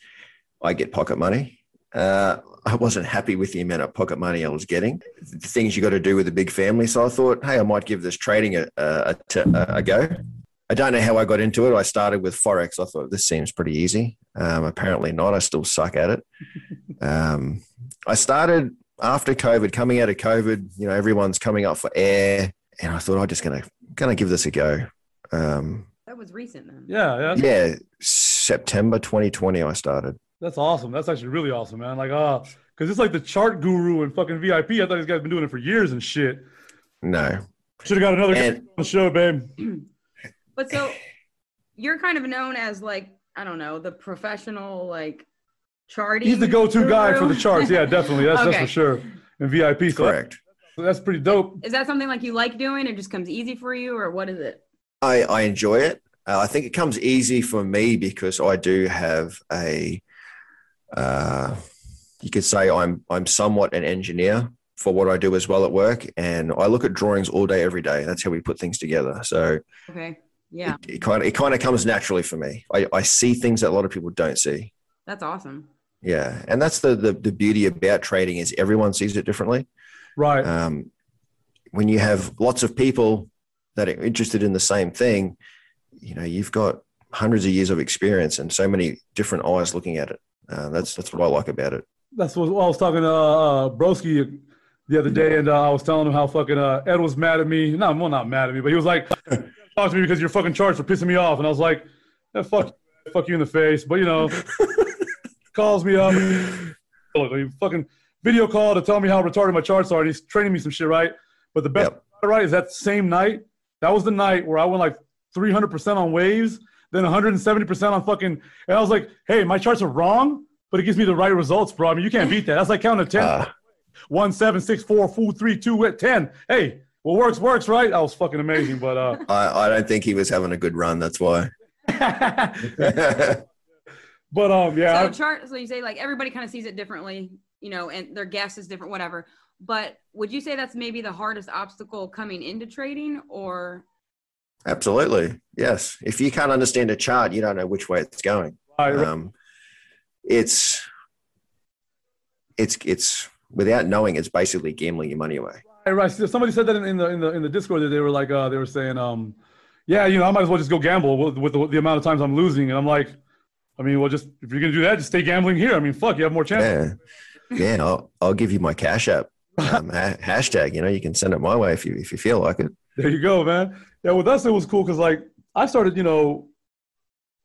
Speaker 7: i get pocket money uh, i wasn't happy with the amount of pocket money i was getting the things you got to do with a big family so i thought hey i might give this trading a, a, a, t- a- a go i don't know how i got into it i started with forex i thought this seems pretty easy um, apparently not i still suck at it um, i started after COVID, coming out of COVID, you know, everyone's coming up for air, and I thought I'm just gonna gonna give this a go. Um,
Speaker 8: That was recent then.
Speaker 3: Yeah, yeah.
Speaker 7: yeah, September 2020, I started.
Speaker 3: That's awesome. That's actually really awesome, man. Like, ah, because it's like the chart guru and fucking VIP. I thought this guy's been doing it for years and shit.
Speaker 7: No,
Speaker 3: Should have got another guy
Speaker 7: And-
Speaker 3: on the show, babe.
Speaker 8: But so you're kind of known as like I don't know the professional like charting.
Speaker 3: He's the go-to guy for the charts. Yeah, definitely. That's that's
Speaker 8: Okay.
Speaker 3: for sure. And VIP, so
Speaker 7: correct.
Speaker 3: so that's pretty dope.
Speaker 8: Is that something like you like doing? It just comes easy for you, or what is it?
Speaker 7: I, I enjoy it. Uh, I think it comes easy for me because I do have a, uh, you could say I'm I'm somewhat an engineer for what I do as well at work, and I look at drawings all day, every day. That's how we put things together. So
Speaker 8: Okay. Yeah,
Speaker 7: it, it kind of it kind of comes naturally for me. I, I see things that a lot of people don't see.
Speaker 8: that's awesome.
Speaker 7: Yeah, and that's the, the the beauty about trading is everyone sees it differently.
Speaker 3: Right.
Speaker 7: Um, when you have lots of people that are interested in the same thing, you know you've got hundreds of years of experience and so many different eyes looking at it. Uh, that's that's what I like about it.
Speaker 3: That's what I was talking to uh, Broski the other day, and uh, I was telling him how fucking uh, Ed was mad at me. No, well, not mad at me, but he was like, "Talk to me because your fucking charts are pissing me off." And I was like, yeah, "Fuck, fuck you in the face." But you know, calls me up, look, he fucking video call to tell me how retarded my charts are, and he's training me some shit, right? But the best
Speaker 7: Yep.
Speaker 3: part, right is that same night. That was the night where I went like 300% on waves, then 170% on fucking. And I was like, hey, my charts are wrong, but it gives me the right results, bro. I mean, you can't beat that. That's like counting to 10.
Speaker 7: Uh,
Speaker 3: One, seven, six, four, fool, three, two, eight, 10. Hey, what works, works, right? I was fucking amazing, but uh,
Speaker 7: I I don't think he was having a good run. That's why.
Speaker 3: but um, yeah,
Speaker 8: so
Speaker 3: I-
Speaker 8: chart. So you say like everybody kind of sees it differently, you know, and their guess is different, whatever. But would you say that's maybe the hardest obstacle coming into trading, or
Speaker 7: Absolutely, yes. If you can't understand a chart, you don't know which way it's going.
Speaker 3: I-
Speaker 7: um, it's it's it's without knowing it's basically gambling your money away
Speaker 3: Right, right. So Somebody said that in, in the in the in the Discord that they were like uh, they were saying, um, yeah, you know, I might as well just go gamble with, with the, the amount of times I'm losing, and I'm like, I mean, well, just if you're gonna do that, just stay gambling here. I mean, fuck, you have more chances.
Speaker 7: Yeah, yeah. I'll, I'll give you my cash app um, ha- hashtag. You know, you can send it my way if you if you feel like it.
Speaker 3: There you go, man. Yeah, with us it was cool because like I started, you know,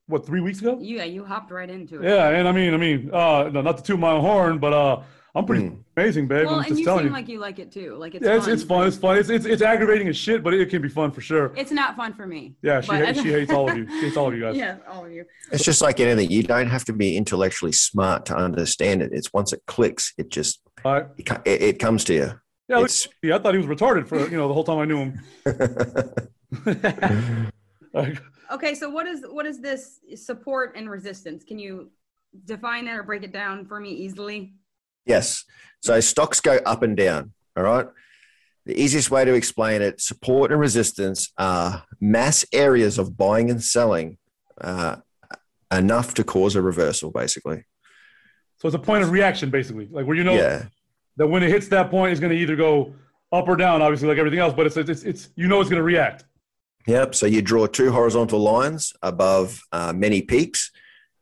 Speaker 3: what three weeks ago?
Speaker 8: Yeah, you hopped right into it.
Speaker 3: Yeah, and I mean, I mean, uh, no, not to toot my own horn, but uh, I'm pretty
Speaker 7: Mm.
Speaker 3: amazing, babe.
Speaker 8: Well,
Speaker 3: I'm
Speaker 8: and
Speaker 3: just
Speaker 8: you
Speaker 3: telling
Speaker 8: seem
Speaker 3: you.
Speaker 8: like you like it too. Like it's
Speaker 3: yeah, it's,
Speaker 8: fun.
Speaker 3: it's fun. It's fun. It's, it's it's aggravating as shit, but it can be fun for sure.
Speaker 8: It's not fun for me.
Speaker 3: Yeah, she
Speaker 8: but-
Speaker 3: hates, she hates all of you. She hates all of you guys.
Speaker 8: Yeah, all of you.
Speaker 7: It's just like anything. You don't have to be intellectually smart to understand it. It's once it clicks, it just
Speaker 3: All right.
Speaker 7: it, co- it, it comes to you.
Speaker 3: Yeah, look,
Speaker 7: It's-
Speaker 3: yeah, I thought he was retarded for you know the whole time I knew him. Like,
Speaker 8: Okay, so what is what is this support and resistance? Can you define that or break it down for me easily?
Speaker 7: Yes. So stocks go up and down. All right. The easiest way to explain it support and resistance are mass areas of buying and selling uh, enough to cause a reversal, basically.
Speaker 3: so it's a point of reaction, basically, like where you know
Speaker 7: Yeah.
Speaker 3: that when it hits that point, it's going to either go up or down, obviously, like everything else. But it's it's it's you know it's going to react.
Speaker 7: Yep. So you draw two horizontal lines above uh, many peaks,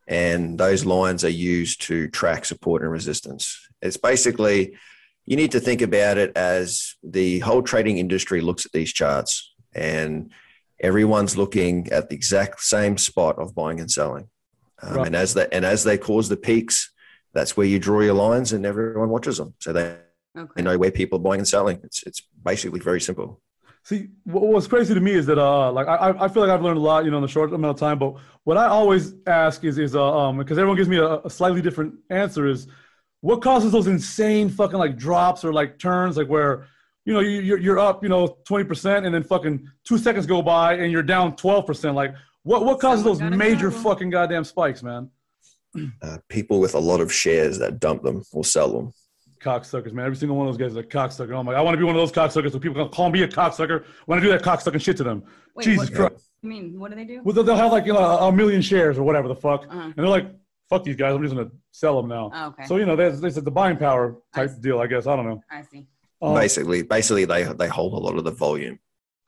Speaker 7: and those lines are used to track support and resistance. It's basically, you need to think about it as the whole trading industry looks at these charts, and everyone's looking at the exact same spot of buying and selling. Um,
Speaker 3: Right.
Speaker 7: And as that and as they cause the peaks, that's where you draw your lines, and everyone watches them. So they,
Speaker 8: Okay.
Speaker 7: they know where people are buying and selling. It's it's basically very simple.
Speaker 3: See, what what's crazy to me is that uh, like I, I- I feel like I've learned a lot, you know, in a short amount of time. But what I always ask is is uh, um because everyone gives me a, a slightly different answer is what causes those insane fucking like drops or like turns like where you know you you're, you're up you know twenty percent and then fucking two seconds go by and you're down twelve percent like. What, what causes
Speaker 8: Someone
Speaker 3: those
Speaker 8: got in
Speaker 3: major
Speaker 8: trouble.
Speaker 3: fucking goddamn spikes, man?
Speaker 7: uh, people with a lot of shares that dump them or sell them.
Speaker 3: Cocksuckers, man. Every single one of those guys is a cocksucker. Oh my, I want to be one of those cocksuckers so people can call me a cocksucker when I do that cocksucking shit to them.
Speaker 8: Wait,
Speaker 3: Jesus
Speaker 8: what,
Speaker 3: Christ.
Speaker 8: I mean, what do they do?
Speaker 3: Well, they'll- they'll have like you know, a million shares or whatever the fuck,
Speaker 8: Uh-huh.
Speaker 3: and they're like, "Fuck these guys! I'm just gonna sell them now."
Speaker 8: Oh, okay,
Speaker 3: So you know, there's there's the buying power type
Speaker 8: I see.
Speaker 3: deal, I guess. I don't know.
Speaker 8: I see.
Speaker 3: Um,
Speaker 7: basically, basically they they hold a lot of the volume.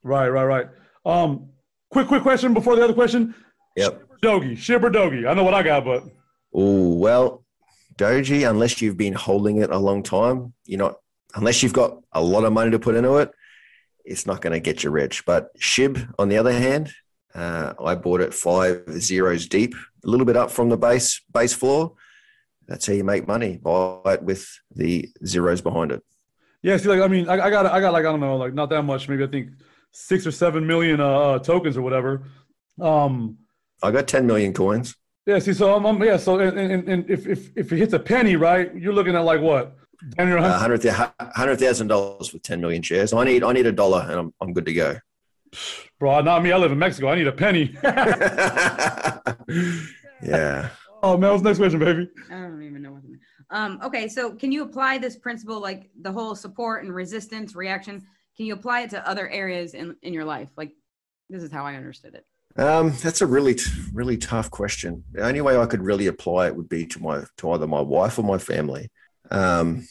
Speaker 3: right, right, right. Um, quick, quick question before the other question.
Speaker 7: Yep.
Speaker 3: Dogi, shib or dogi? I know what I got, but
Speaker 7: Oh well, Doji, unless you've been holding it a long time, you're not. Unless you've got a lot of money to put into it, it's not going to get you rich. But Shib, on the other hand, uh, I bought it five zeros deep, a little bit up from the base base floor. That's how you make money. Buy it with the zeros behind it.
Speaker 3: yeah. See, like I mean, I, I got I got like I don't know, like not that much. Maybe I think six or seven million uh, uh, tokens or whatever. Um,
Speaker 7: I got 10 million coins.
Speaker 3: yeah. See, so I'm, I'm yeah. So and, and, and if if if it hits a penny, right, you're looking at like what? Damn near a hundred.
Speaker 7: Uh, hundred thousand dollars for ten million shares. I need I need a dollar, and I'm I'm good to go.
Speaker 3: Bro, not me. I live in Mexico. I need a penny.
Speaker 7: yeah,
Speaker 3: Oh man, what's the next question, baby?
Speaker 8: I don't even know what. to- Um, okay, so can you apply this principle, like the whole support and resistance reaction? Can you apply it to other areas in in your life? Like, this is how I understood it.
Speaker 7: um, that's a really t- really tough question. The only way I could really apply it would be to my to either my wife or my family. Um,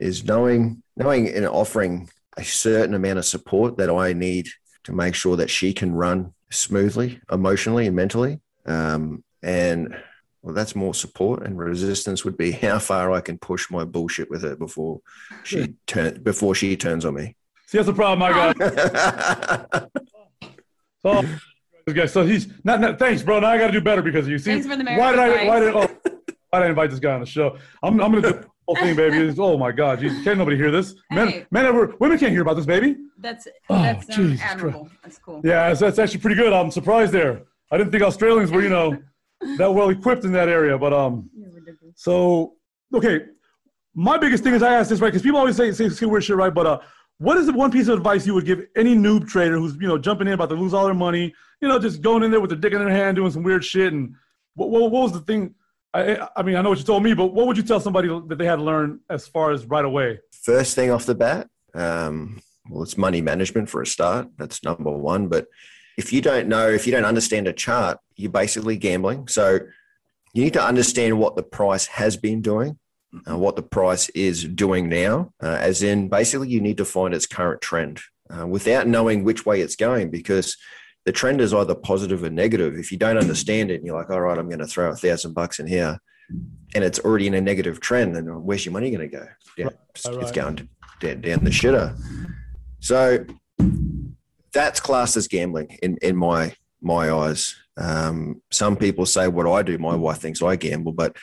Speaker 7: is knowing knowing and offering a certain amount of support that I need to make sure that she can run smoothly, emotionally and mentally. Um, and well, that's more support and resistance would be how far I can push my bullshit with her before she turn before she turns on me.
Speaker 3: See, that's the problem I got. So, Oh, this guy, so he's not, not- Thanks, bro. Now I got to do better because of you. See,
Speaker 8: Thanks for the
Speaker 3: why did I?
Speaker 8: marriage
Speaker 3: Why did? Oh, why did I invite this guy on the show? I'm, I'm gonna do the whole thing, baby. It's- oh my God, Jesus, can't nobody hear this? Men,
Speaker 8: Hey.
Speaker 3: men, ever, women can't hear about this, baby.
Speaker 8: That's
Speaker 3: Oh,
Speaker 8: that's um,
Speaker 3: Jesus
Speaker 8: admirable. That's cool.
Speaker 3: Yeah, that's, that's actually pretty good. I'm surprised there. I didn't think Australians were, you know, that well equipped in that area. But um,
Speaker 8: You're ridiculous.
Speaker 3: So okay, my biggest thing is I ask this right because people always say, say say weird shit right, but uh, what is the one piece of advice you would give any noob trader who's you know jumping in about to lose all their money, you know, just going in there with their dick in their hand doing some weird shit, and what what, what was the thing? I I- I mean I know what you told me, but what would you tell somebody that they had to learn as far as right away?
Speaker 7: First thing off the bat, um, well, it's money management for a start. That's number one. But if you don't know, if you don't understand a chart, you're basically gambling. So you need to understand what the price has been doing uh, what the price is doing now, uh, as in basically you need to find its current trend uh, without knowing which way it's going because the trend is either positive or negative. If you don't understand it and you're like, all right, I'm going to throw a thousand bucks in here and it's already in a negative trend, then "Oh, where's your money going to go? Yeah, it's,
Speaker 3: Right,
Speaker 7: it's
Speaker 3: right.
Speaker 7: going down, down the shitter. So that's classed as gambling in, in my my eyes. Um, some people say what I do. My wife thinks I gamble, but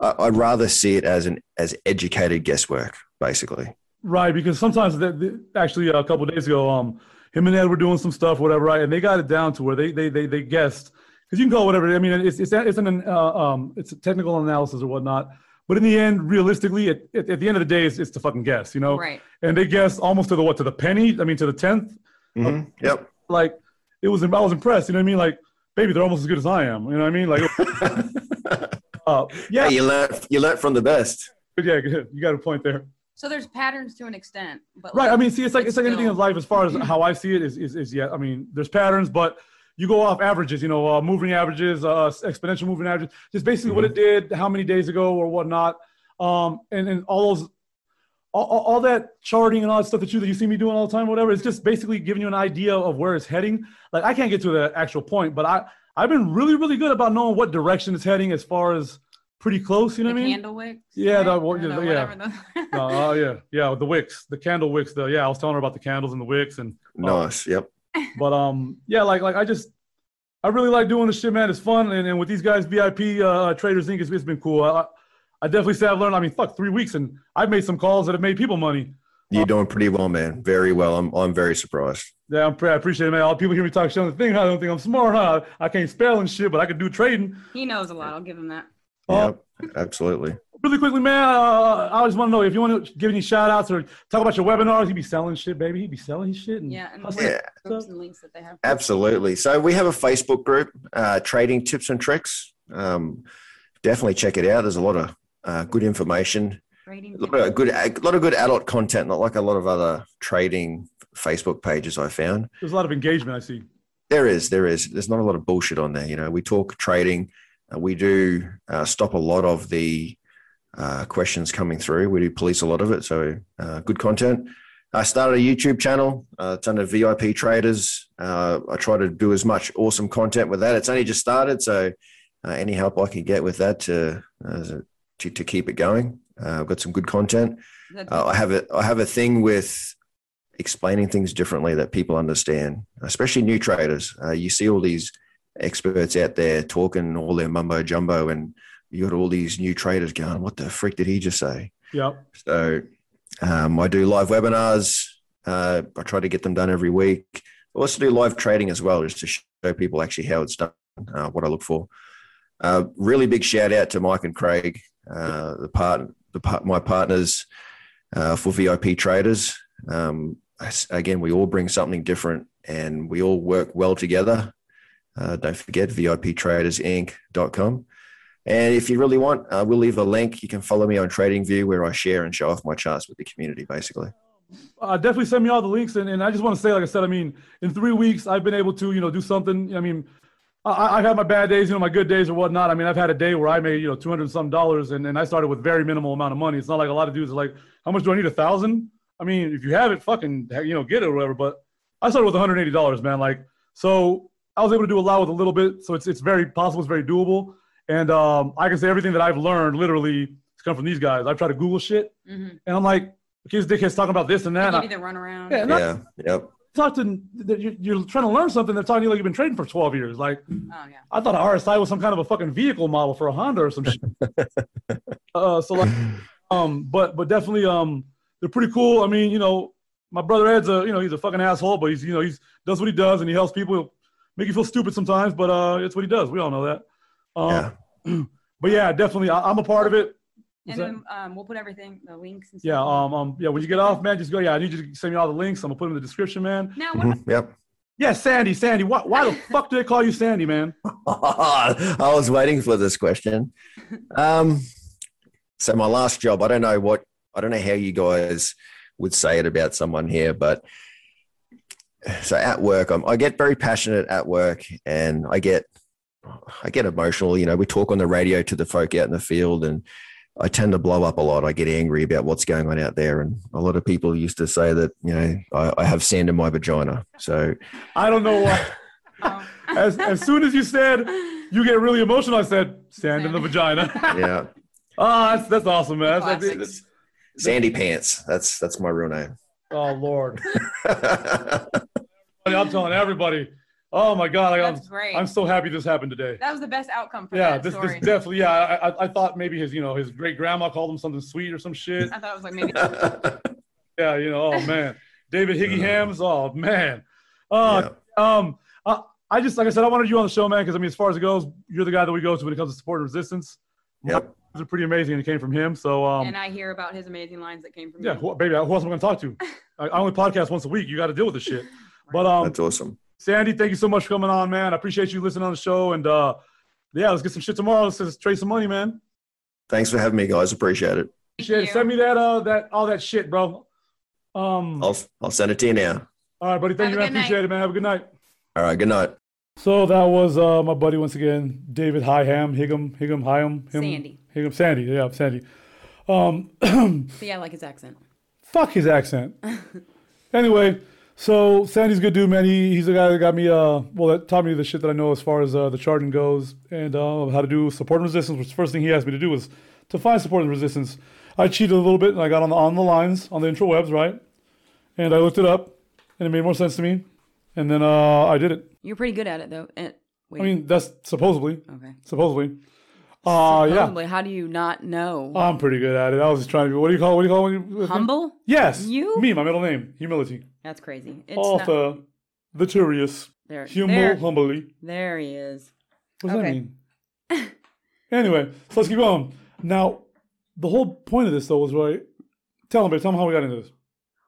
Speaker 7: I, I'd rather see it as an as educated guesswork, basically.
Speaker 3: Right, because sometimes the, the, actually a couple days ago, um, him and Ed were doing some stuff, whatever, right? And they got it down to where they they they, they guessed because you can call it whatever. I mean, it's it's it's an uh, um it's a technical analysis or whatnot, but in the end, realistically, at at, at the end of the day, it's, it's to fucking guess, you know.
Speaker 8: Right.
Speaker 3: And they guessed almost to the what to the penny. I mean, to the tenth.
Speaker 7: Mhm. Yep.
Speaker 3: Like it was. I was impressed. You know what I mean? Like, baby, they're almost as good as I am. You know what I mean? Like, uh, yeah,
Speaker 7: Hey, you learn you learn from the best.
Speaker 3: yeah, you got a point there.
Speaker 8: So there's patterns to an extent, but
Speaker 3: Right.
Speaker 8: like,
Speaker 3: I mean, see, it's like it's like anything in
Speaker 8: still-
Speaker 3: life. As far as how I see it, is is, is yeah. I mean, there's patterns, but you go off averages. You know, uh, moving averages, uh, exponential moving averages. Just basically what it did, how many days ago, or whatnot. Um, and and all those, all, all all that charting and all that stuff that you that you see me doing all the time, whatever. It's just basically giving you an idea of where it's heading. Like I can't get to the actual point, but I I've been really really good about knowing what direction it's heading as far as pretty close. You know
Speaker 8: the
Speaker 3: what I mean?
Speaker 8: candle wicks.
Speaker 3: Yeah,
Speaker 8: right?
Speaker 3: that wa-
Speaker 8: Or the
Speaker 3: yeah,
Speaker 8: whatever the-
Speaker 3: No, Oh yeah, yeah. The wicks, the candle wicks. The yeah, I was telling her about the candles and the wicks, and
Speaker 7: Nice. Yep.
Speaker 3: but um, yeah, like like I just, I really like doing this shit, man. It's fun, and, and with these guys, VIP uh, Traders Inc. It's, it's been cool. I, I- I definitely say I've learned. I mean, fuck, three weeks, and I've made some calls that have made people money.
Speaker 7: You're doing pretty well, man. Very well. I'm I'm very surprised.
Speaker 3: Yeah, I'm, pre- I appreciate it, man. All people hear me talk shit on the thing. I don't think I'm smart, huh? I can't spell and shit, but I can do trading.
Speaker 8: he knows a lot. I'll give him that.
Speaker 3: Uh,
Speaker 7: Yep. Absolutely.
Speaker 3: Really quickly, man. Uh, I just want to know if you want to give any shout outs or talk about your webinars. He be selling shit, baby. He be selling his shit. And
Speaker 8: Yeah, and
Speaker 3: hustling.
Speaker 7: Yeah.
Speaker 8: Groups and links that they have.
Speaker 7: Absolutely. So we have a Facebook group, uh, Trading Tips and Tricks. Um, definitely check it out. There's a lot of uh, good information,
Speaker 8: Trading
Speaker 7: a lot of good, a lot of good adult content. Not like a lot of other trading Facebook pages I found.
Speaker 3: There's a lot of engagement I see.
Speaker 7: There is, there is. There's not a lot of bullshit on there. You know, we talk trading. Uh, we do uh, stop a lot of the uh, questions coming through. We do police a lot of it. So uh, good content. I started a YouTube channel. Uh, it's under VIP Traders. Uh, I try to do as much awesome content with that. It's only just started, so uh, any help I can get with that to uh, to, to keep it going. Uh, I've got some good content.
Speaker 8: That's
Speaker 7: Uh, I have a I have a thing with explaining things differently that people understand, especially new traders. Uh, you see all these experts out there talking all their mumbo jumbo, and you got all these new traders going, "What the freak did he just say?"
Speaker 3: Yep.
Speaker 7: So um, I do live webinars. Uh, I try to get them done every week. I also do live trading as well, just to show people actually how it's done, uh, what I look for. Uh, really big shout out to Mike and Craig, uh, the part, the part, my partners uh, for VIP traders. Um, as- again, we all bring something different, and we all work well together. Uh, don't forget VIPTradersInc.com. And if you really want, uh, we'll leave a link. You can follow me on TradingView where I share and show off my charts with the community, basically.
Speaker 3: uh, definitely send me all the links. And, and I just want to say, like I said, I mean, in three weeks, I've been able to, you know, do something. I mean, I- I, I've had my bad days, you know, my good days or whatnot. I mean, I've had a day where I made, you know, 200 and some dollars and, and I started with very minimal amount of money. It's not like a lot of dudes are like, how much do I need? A thousand? I mean, if you have it, fucking, you know, get it or whatever. But I started with $180, man. Like, so I was able to do a lot with a little bit. So it's, it's very possible. It's very doable. And um, I can say everything that I've learned literally has come from these guys. I've tried to Google shit
Speaker 8: hmm
Speaker 3: and I'm like, okay, this dickhead's talking about this and that.
Speaker 8: They
Speaker 3: and I-
Speaker 8: give you the runaround.
Speaker 3: Yeah, and that's-
Speaker 7: Yeah. Yep.
Speaker 3: talk to that you're, you're trying to learn something. They're talking to you like you've been trading for 12 years. Like
Speaker 8: Oh yeah.
Speaker 3: I thought a RSI was some kind of a fucking vehicle model for a Honda or some shit. uh, so like, um, but but definitely, um, they're pretty cool. I mean, you know, my brother Ed's a you know he's a fucking asshole, but he's you know he's does what he does and he helps people He'll make you feel stupid sometimes, but uh, it's what he does. We all know that. Um, But yeah, definitely, I, I'm a part of it.
Speaker 8: And
Speaker 3: What's that?
Speaker 8: then um, we'll put everything, the links and stuff.
Speaker 3: yeah, um, um, yeah. When you get off, man, just go. Yeah, I need you to send me all the links. I'm gonna put them in the description, man.
Speaker 8: Now, what
Speaker 7: Mhm. Yep.
Speaker 3: Yeah, Sandy, Sandy. Why, why the fuck do they call you Sandy, man?
Speaker 7: I was waiting for this question. Um, so my last job, I don't know what, I don't know how you guys would say it about someone here, but so at work, I'm, I get very passionate at work, and I get, I get emotional. You know, we talk on the radio to the folk out in the field, and I tend to blow up a lot. I get angry about what's going on out there, and a lot of people used to say that you know I, I have sand in my vagina. So
Speaker 3: I don't know why.
Speaker 4: Oh.
Speaker 3: As, as soon as you said you get really emotional, I said sand in the vagina.
Speaker 7: yeah,
Speaker 3: Ah, that's, that's awesome, man. That's- that's-
Speaker 4: Classics.
Speaker 7: Sandy Pants. That's that's my real name.
Speaker 3: oh Lord, I'm telling everybody. Oh my God, I, I'm
Speaker 4: That's great.
Speaker 3: I'm so happy this happened today.
Speaker 4: that was the best outcome for
Speaker 3: Yeah,
Speaker 4: that
Speaker 3: this, this
Speaker 4: story.
Speaker 3: definitely. Yeah, I, I, I thought maybe his, you know, his great grandma called him something sweet or some shit.
Speaker 4: I thought it was like maybe
Speaker 3: Yeah, you know, oh man, David Higgy Hams. Oh man, uh, um, I, I just like I said, I wanted you on the show, man, because I mean, as far as it goes, you're the guy that we go to when it comes to support and resistance.
Speaker 7: Yep.
Speaker 3: Those are pretty amazing, and it came from him. So, um,
Speaker 4: and I hear about his amazing lines that came from
Speaker 3: yeah,
Speaker 4: you.
Speaker 3: who, baby, who else am I gonna talk to? I, I only podcast once a week. You got to deal with this shit. But um,
Speaker 7: that's awesome.
Speaker 3: Sandy, thank you so much for coming on, man. I appreciate you listening on the show, and uh, yeah, let's get some shit tomorrow. Let's, let's trade some money, man.
Speaker 7: Thanks for having me, guys. Appreciate it.
Speaker 3: Appreciate it.
Speaker 4: you.
Speaker 3: Send me that uh, that all that shit, bro. Um,
Speaker 7: I'll I'll send it to you now.
Speaker 3: all right, buddy. Thank you,
Speaker 4: Have a
Speaker 3: man.
Speaker 4: good night.
Speaker 3: Appreciate it, man. Have a good night.
Speaker 7: All right. Good night.
Speaker 3: So that was uh, my buddy once again, David Higham, Higgum, Higgum, Higham, him,
Speaker 4: Sandy.
Speaker 3: Higgum, Sandy. Yeah, Sandy.
Speaker 4: But yeah, I like his accent.
Speaker 3: Fuck his accent. anyway, so Sandy's a good dude, man. He, he's the guy that got me, uh, well, that taught me the shit that I know as far as uh, the charting goes and uh, how to do support and resistance, which the first thing he asked me to do was to find support and resistance. I cheated a little bit and I got on the, on the lines, on the intrawebs, right? And I looked it up and it made more sense to me. And then uh, I did it.
Speaker 4: You're pretty good at it though. And, wait,
Speaker 3: I mean, that's supposedly,
Speaker 4: okay.
Speaker 3: supposedly. Uh, yeah. Oh,
Speaker 4: Probably. How do you not know?
Speaker 3: I'm pretty good at it. I was just trying to be. What do you call? What do you call? When you,
Speaker 4: Humble?
Speaker 3: Yes.
Speaker 4: You?
Speaker 3: Me, my middle name, humility.
Speaker 4: That's crazy. It's not,
Speaker 3: Arthur, Viturious,
Speaker 4: there,
Speaker 3: Oh, humble,
Speaker 4: there,
Speaker 3: humbly.
Speaker 4: there he is.
Speaker 3: What does that
Speaker 4: Okay.
Speaker 3: mean? anyway, so let's keep going. Now, the whole point of this though was right. Tell him, babe. Tell him how we got into this.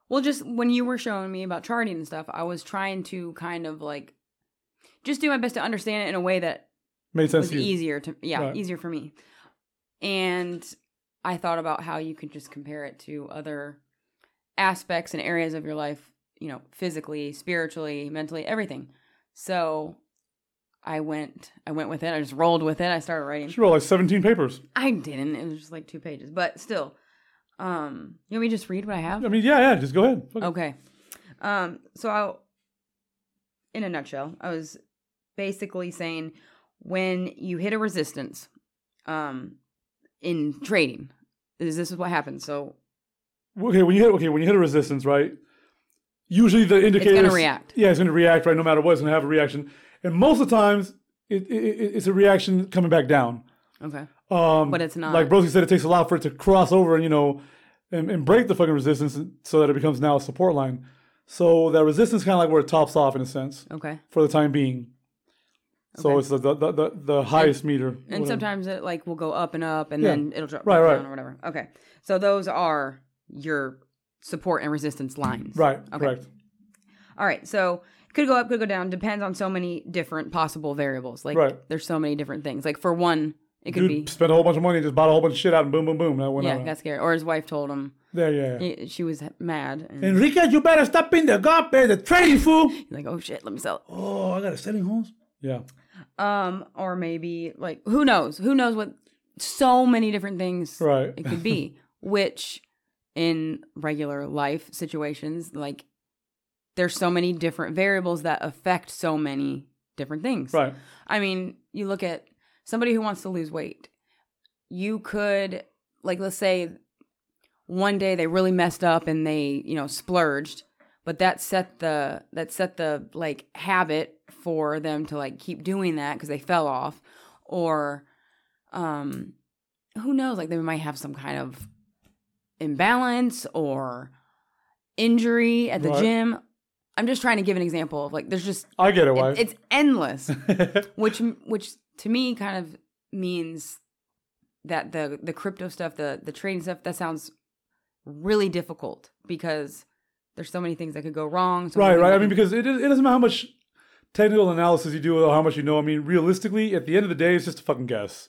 Speaker 4: Well, just when you were showing me about charting and stuff, I was trying to kind of like just do my best to understand it in a way that
Speaker 3: Made sense
Speaker 4: was
Speaker 3: to you.
Speaker 4: easier to yeah
Speaker 3: Right.
Speaker 4: easier for me and i thought about how you could just compare it to other aspects and areas of your life you know physically spiritually mentally everything so i went i went with it i just rolled with it i started writing
Speaker 3: She wrote like 17 papers.
Speaker 4: i didn't it was just like two pages but still um you want me to just read what i have
Speaker 3: I mean, yeah, yeah. Just go ahead. Fuck it.
Speaker 4: Okay. Um, so I, in a nutshell, I was basically saying when you hit a resistance, um, in trading, is this is what happens. So
Speaker 3: Okay, when you hit okay when you hit a resistance, right? Usually the indicator
Speaker 4: react.
Speaker 3: Yeah, it's going to react right. No matter what, it's going to have a reaction. And most of the times, it, it, it, it's a reaction coming back down.
Speaker 4: okay,
Speaker 3: Um,
Speaker 4: But it's not.
Speaker 3: Like Broski said, it takes a lot for it to cross over and, you know, and, and break the fucking resistance so that it becomes now a support line. So that resistance kind of like where it tops off in a sense
Speaker 4: okay,
Speaker 3: for the time being. So
Speaker 4: Okay.
Speaker 3: it's the, the, the, the, the highest meter.
Speaker 4: and
Speaker 3: whatever.
Speaker 4: sometimes it like will go up and up, and
Speaker 3: Yeah.
Speaker 4: then it'll drop
Speaker 3: Right,
Speaker 4: back
Speaker 3: right.
Speaker 4: down or whatever. Okay, so those are your support and resistance lines.
Speaker 3: Right, correct.
Speaker 4: All right, so could go up, could go down. Depends on so many different possible variables. Like
Speaker 3: Right.
Speaker 4: there's so many different things. Like for one, it could
Speaker 3: Dude
Speaker 4: be
Speaker 3: spent a whole bunch of money and just bought a whole bunch of shit out and boom, boom, boom. That went
Speaker 4: Yeah,
Speaker 3: out.
Speaker 4: got scared. Or his wife told him
Speaker 3: There, yeah. yeah.
Speaker 4: he- she was mad. And he's
Speaker 3: Mm. Enrique, you better stop in the garbage, the trading fool.
Speaker 4: like, oh shit, let me sell it.
Speaker 3: oh, I got a selling homes. Yeah.
Speaker 4: Um, or maybe like who knows? Who knows what so many different things
Speaker 3: Right.
Speaker 4: it could be. which in regular life situations, like there's so many different variables that affect so many different things.
Speaker 3: Right.
Speaker 4: I mean, you look at somebody who wants to lose weight. You could like let's say one day they really messed up and they, you know, splurged, but that set the that set the like habit for them to like keep doing that cuz they fell off or um who knows, like they might have some kind of imbalance or injury at the
Speaker 3: Right.
Speaker 4: gym. I'm just trying to give an example of like there's just
Speaker 3: I get it,
Speaker 4: it-
Speaker 3: wife.
Speaker 4: it's endless which which to me kind of means that the the crypto stuff the the trading stuff that sounds really difficult because there's so many things that could go wrong so many
Speaker 3: Right,
Speaker 4: things
Speaker 3: right.
Speaker 4: that
Speaker 3: I mean,
Speaker 4: could-
Speaker 3: because it, it doesn't matter how much technical analysis you do or how much you know. I mean, realistically, at the end of the day, it's just a fucking guess.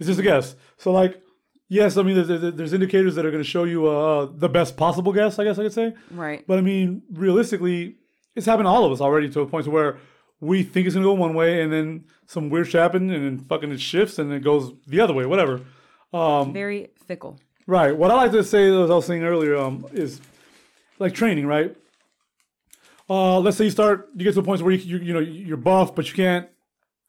Speaker 3: It's just a guess. So, like, yes, I mean, there's, there's, there's indicators that are going to show you uh, the best possible guess, I guess I could say.
Speaker 4: right
Speaker 3: But I mean, realistically, it's happened to all of us already to a point to where we think it's going to go one way and then some weird shit happened and then fucking it shifts and it goes the other way, whatever. Um,
Speaker 4: Very fickle.
Speaker 3: Right. What I like to say, as I was saying earlier, um, is like training, right? Uh, let's say you start, you get to a point where you, you, you know you're buff, but you can't.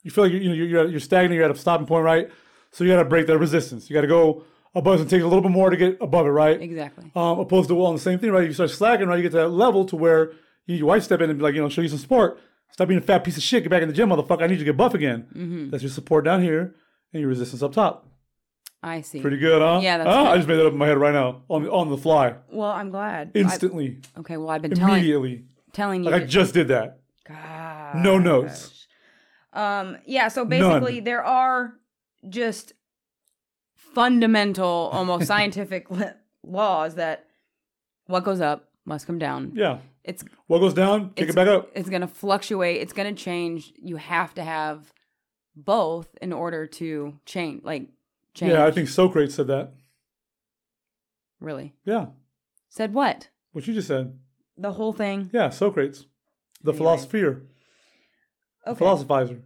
Speaker 3: You feel like you're, you know you're you're stagnant. You're at a stopping point, right? So you got to break that resistance. You got to go above and take a little bit more to get above it, right?
Speaker 4: Exactly.
Speaker 3: Um, opposed to well, on the same thing, right? You start slacking, right? You get to that level to where you, your wife step in and be like, you know, show you some support. Stop being a fat piece of shit. Get back in the gym, motherfucker. I need you to get buff again. That's your support down here and your resistance up top.
Speaker 4: I see.
Speaker 3: Pretty good, huh?
Speaker 4: Yeah, that's
Speaker 3: Huh?
Speaker 4: good.
Speaker 3: I just made that up in my head right now on the, on the fly,
Speaker 4: Well, I'm glad. I-
Speaker 3: instantly,
Speaker 4: okay. Well, I've been telling
Speaker 3: immediately.
Speaker 4: telling you.
Speaker 3: Like I
Speaker 4: to-
Speaker 3: just did that.
Speaker 4: God.
Speaker 3: No notes.
Speaker 4: Um, yeah, so basically there are just fundamental, almost scientific li- laws that what goes up must come down.
Speaker 3: Yeah.
Speaker 4: It's
Speaker 3: What goes down, take
Speaker 4: it's,
Speaker 3: it back up.
Speaker 4: It's going to fluctuate, it's going to change. You have to have both in order to change like change.
Speaker 3: Yeah, I think Socrates said that.
Speaker 4: really.
Speaker 3: Yeah,
Speaker 4: Said what?
Speaker 3: what you just said.
Speaker 4: The whole thing.
Speaker 3: Yeah, Socrates, the
Speaker 4: Anyway.
Speaker 3: philosopher, the
Speaker 4: Okay.
Speaker 3: philosophizer.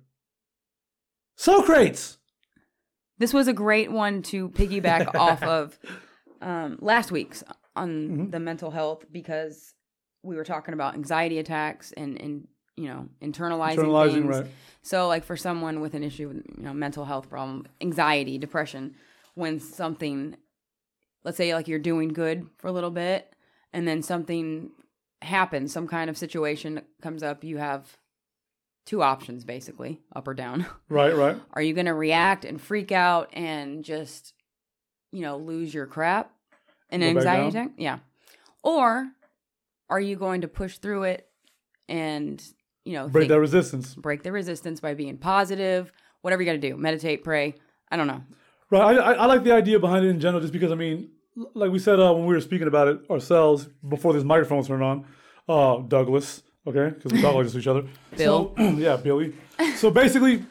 Speaker 3: Socrates.
Speaker 4: This was a great one to piggyback off of um, last week's on
Speaker 3: Mm-hmm.
Speaker 4: the mental health because we were talking about anxiety attacks and and you know internalizing,
Speaker 3: Internalizing,
Speaker 4: things.
Speaker 3: right.
Speaker 4: So like for someone with an issue with you know mental health problem, anxiety, depression, when something, let's say like you're doing good for a little bit, and then something happens, some kind of situation comes up, you have two options basically, up or down.
Speaker 3: Right, right.
Speaker 4: Are you going to react and freak out and just, you know, lose your crap in an
Speaker 3: Go back
Speaker 4: anxiety
Speaker 3: down?
Speaker 4: attack? Yeah. Or are you going to push through it and, you know,
Speaker 3: Break
Speaker 4: think-
Speaker 3: that resistance.
Speaker 4: break the resistance by being positive, whatever you got to do, meditate, pray. I don't know.
Speaker 3: Right. I, I, I like the idea behind it in general, just because I mean, l- like we said uh, when we were speaking about it ourselves before this microphone turned on, uh, Douglas. Okay, because we talk like this to each other.
Speaker 4: Bill.
Speaker 3: So, yeah, Billy. So basically,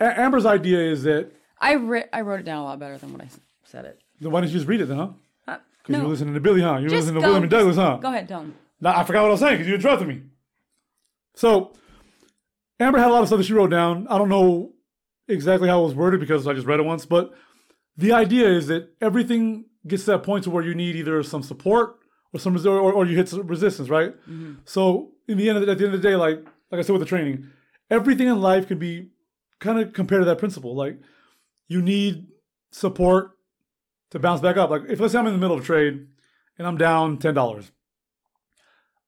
Speaker 3: A- Amber's idea is that.
Speaker 4: I re- I wrote it down a lot better than what I s- said it.
Speaker 3: Then why didn't you just read it then, huh?
Speaker 4: Uh,
Speaker 3: Because you were listening to Billy, huh? You were listening to William and
Speaker 4: just-
Speaker 3: Douglas, huh?
Speaker 4: Go ahead, tell him.
Speaker 3: Now, I forgot what I was saying because you interrupted me. So, Amber had a lot of stuff that she wrote down. I don't know exactly how it was worded because I just read it once, but the idea is that everything gets to that point to where you need either some support or some or, or you hit some resistance, right? So, in the end, of the, at the end of the day, like like I said with the training, everything in life can be kind of compared to that principle. Like you need support to bounce back up. Like if let's say I'm in the middle of a trade and I'm down ten dollars.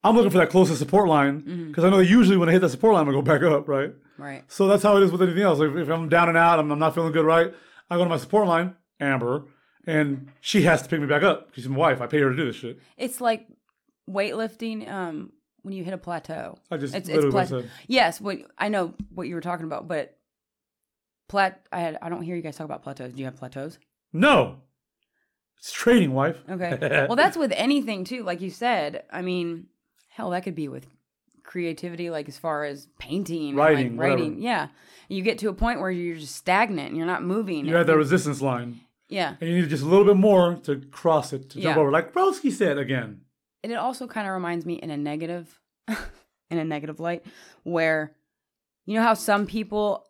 Speaker 3: I'm looking for that closest support line
Speaker 4: Mm-hmm.
Speaker 3: because I know that usually when I hit that support line, I'm gonna go back up, right?
Speaker 4: Right.
Speaker 3: So that's how it is with anything else. Like if I'm down and out, I'm, I'm not feeling good, right? I go to my support line, Amber, and she has to pick me back up because she's my wife. I pay her to do this shit.
Speaker 4: It's like weightlifting um when you hit a plateau.
Speaker 3: I just literally what I said.
Speaker 4: Yes, what I know what you were talking about, but plat I had I don't hear you guys talk about plateaus. Do you have plateaus?
Speaker 3: No, it's trading, wife.
Speaker 4: Okay. well, that's with anything too, like you said. I mean, hell, that could be with creativity like as far as painting and, like,
Speaker 3: Writing, whatever.
Speaker 4: writing yeah you get to a point where you're just stagnant and you're not moving
Speaker 3: You're at that resistance line,
Speaker 4: yeah
Speaker 3: and you need just a little bit more to cross it to jump
Speaker 4: Yeah.
Speaker 3: over, like Broski said again.
Speaker 4: and it also kind of reminds me in a negative in a negative light where you know how some people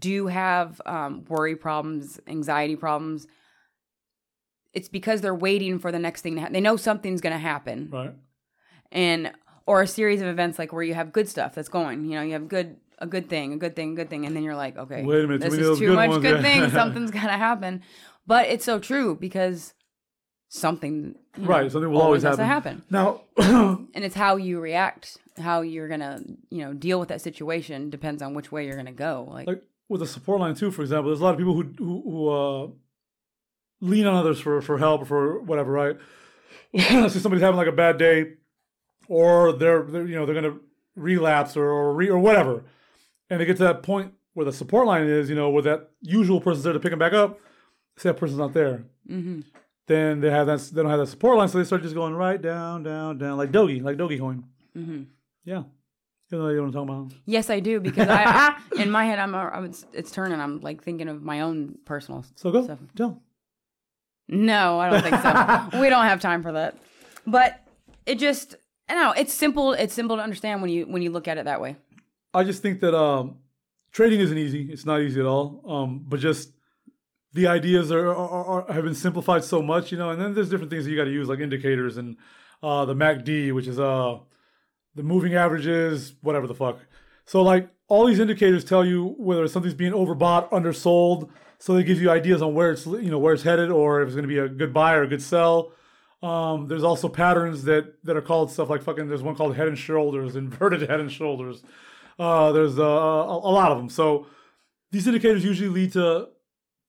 Speaker 4: do have um, worry problems anxiety problems it's because they're waiting for the next thing to happen they know something's going to happen
Speaker 3: Right,
Speaker 4: and or a series of events like where you have good stuff that's going you know you have good a good thing a good thing a good thing and then you're like okay
Speaker 3: Wait a minute,
Speaker 4: this
Speaker 3: we need
Speaker 4: is
Speaker 3: those
Speaker 4: too
Speaker 3: good
Speaker 4: much
Speaker 3: ones,
Speaker 4: good
Speaker 3: yeah.
Speaker 4: thing something's going to happen but it's so true because something you know,
Speaker 3: right. Something will always,
Speaker 4: has to
Speaker 3: happen. Now,
Speaker 4: and it's how you react how you're gonna you know deal with that situation depends on which way you're gonna go like,
Speaker 3: like with the support line too, for example, there's a lot of people who who, who uh, lean on others for for help or for whatever, right? Let's say somebody's having like a bad day, or they're, they're you know they're gonna relapse or or, re, or whatever, and they get to that point where the support line is, you know, where that usual person's there to pick them back up. Say that person's not there, then they have that they don't have that support line, so they start just going right down, down, down, like doggy, like doggy coin. Yeah, you know what I'm talking about.
Speaker 4: yes i do because i in my head i'm, a, I'm it's, it's turning i'm like thinking of my own personal
Speaker 3: So go,
Speaker 4: Stuff.
Speaker 3: tell.
Speaker 4: no i don't think so we don't have time for that but it just i don't know it's simple it's simple to understand when you when you look at it that way
Speaker 3: I just think that um, trading isn't easy. It's not easy at all. Um, but just the ideas are, are, are have been simplified so much, you know. And then there's different things that you got to use, like indicators and uh, the MACD, which is uh, the moving averages, whatever the fuck. So like all these indicators tell you whether something's being overbought, undersold. So they give you ideas on where it's you know where it's headed, or if it's going to be a good buy or a good sell. Um, there's also patterns that that are called stuff like fucking. There's one called head and shoulders, inverted head and shoulders. Uh, there's uh, a, a lot of them. So these indicators usually lead to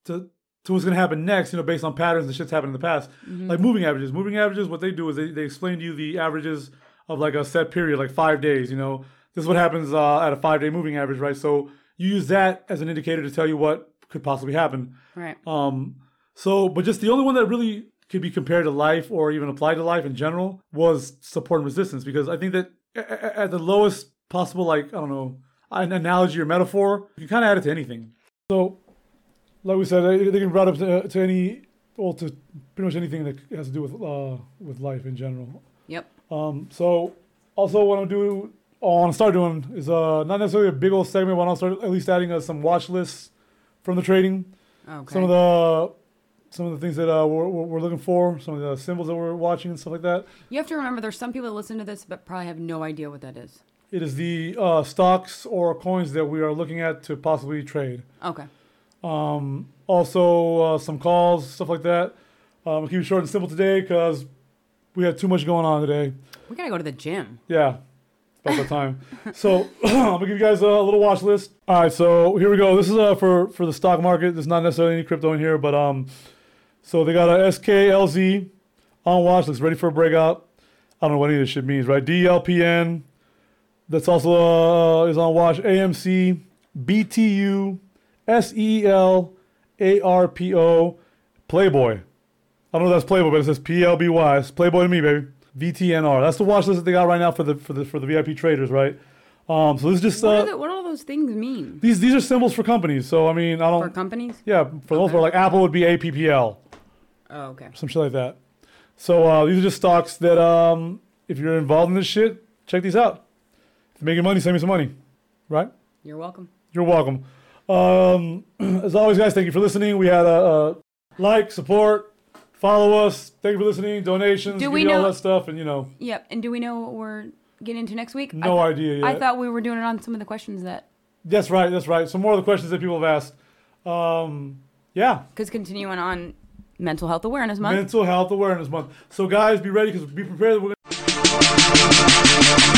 Speaker 3: to to what's going to happen next, you know, based on patterns and shit's happened in the past. Like moving averages. Moving averages, what they do is they, they explain to you the averages of like a set period, like five days, you know. This is what happens uh, at a five day moving average, right? So you use that as an indicator to tell you what could possibly happen.
Speaker 4: Right.
Speaker 3: Um, so, but just the only one that really could be compared to life or even applied to life in general was support and resistance because I think that a- a- at the lowest possible, like, I don't know, an analogy or metaphor, you can kind of add it to anything. So, like we said, they they can brought up to, to any, well, to pretty much anything that has to do with uh, with life in general.
Speaker 4: Yep.
Speaker 3: Um, so also what I'm doing, I want to start doing is uh, not necessarily a big old segment, but I'll start at least adding uh, some watch lists from the trading.
Speaker 4: Okay.
Speaker 3: Some of the some of the things that uh, we're, we're we're looking for, some of the symbols that we're watching and stuff like that.
Speaker 4: you have to remember there's some people that listen to this but probably have no idea what that is.
Speaker 3: It is the uh, stocks or coins that we are looking at to possibly trade.
Speaker 4: Okay.
Speaker 3: Also, uh, some calls, stuff like that. Um, we'll keep it short and simple today because we had too much going on today.
Speaker 4: We gotta go to the gym.
Speaker 3: Yeah, about that time. so I'm gonna give you guys a little watch list. All right, so here we go. This is uh, for for the stock market. There's not necessarily any crypto in here, but um, so they got a SKLZ on watch list, ready for a breakout. I don't know what any of this shit means, right? DLPN, that's also uh, is on watch. AMC, BTU, E SEL, ARPO, Playboy. I don't know if that's Playboy, but it says PLBY. It's Playboy to me, baby. VTNR. That's the watch list that they got right now for the for the for the VIP traders, right? Um, so this is just
Speaker 4: What,
Speaker 3: uh,
Speaker 4: are the, what do all those things mean
Speaker 3: these these are symbols for companies. So I mean, I don't.
Speaker 4: for companies?
Speaker 3: yeah, for the most part, like Apple would be APPL,
Speaker 4: Oh, okay.
Speaker 3: some shit like that. So uh, these are just stocks that um, if you're involved in this shit, check these out. If you're making money, send me some money, right?
Speaker 4: You're welcome.
Speaker 3: You're welcome. Um, as always, guys, thank you for listening. We had a, uh like, support, follow us. Thank you for listening. Donations,
Speaker 4: Do
Speaker 3: give
Speaker 4: we
Speaker 3: you all
Speaker 4: know-
Speaker 3: that stuff, and you know,
Speaker 4: Yep. And do we know what we're getting into next week?
Speaker 3: no
Speaker 4: I,
Speaker 3: idea yet.
Speaker 4: I thought we were doing it on some of the questions that
Speaker 3: that's right. That's right. Some more of the questions that people have asked. Um, yeah,
Speaker 4: because continuing on mental health awareness month.
Speaker 3: Mental Health Awareness Month. So, guys, be ready because be prepared. We're gonna-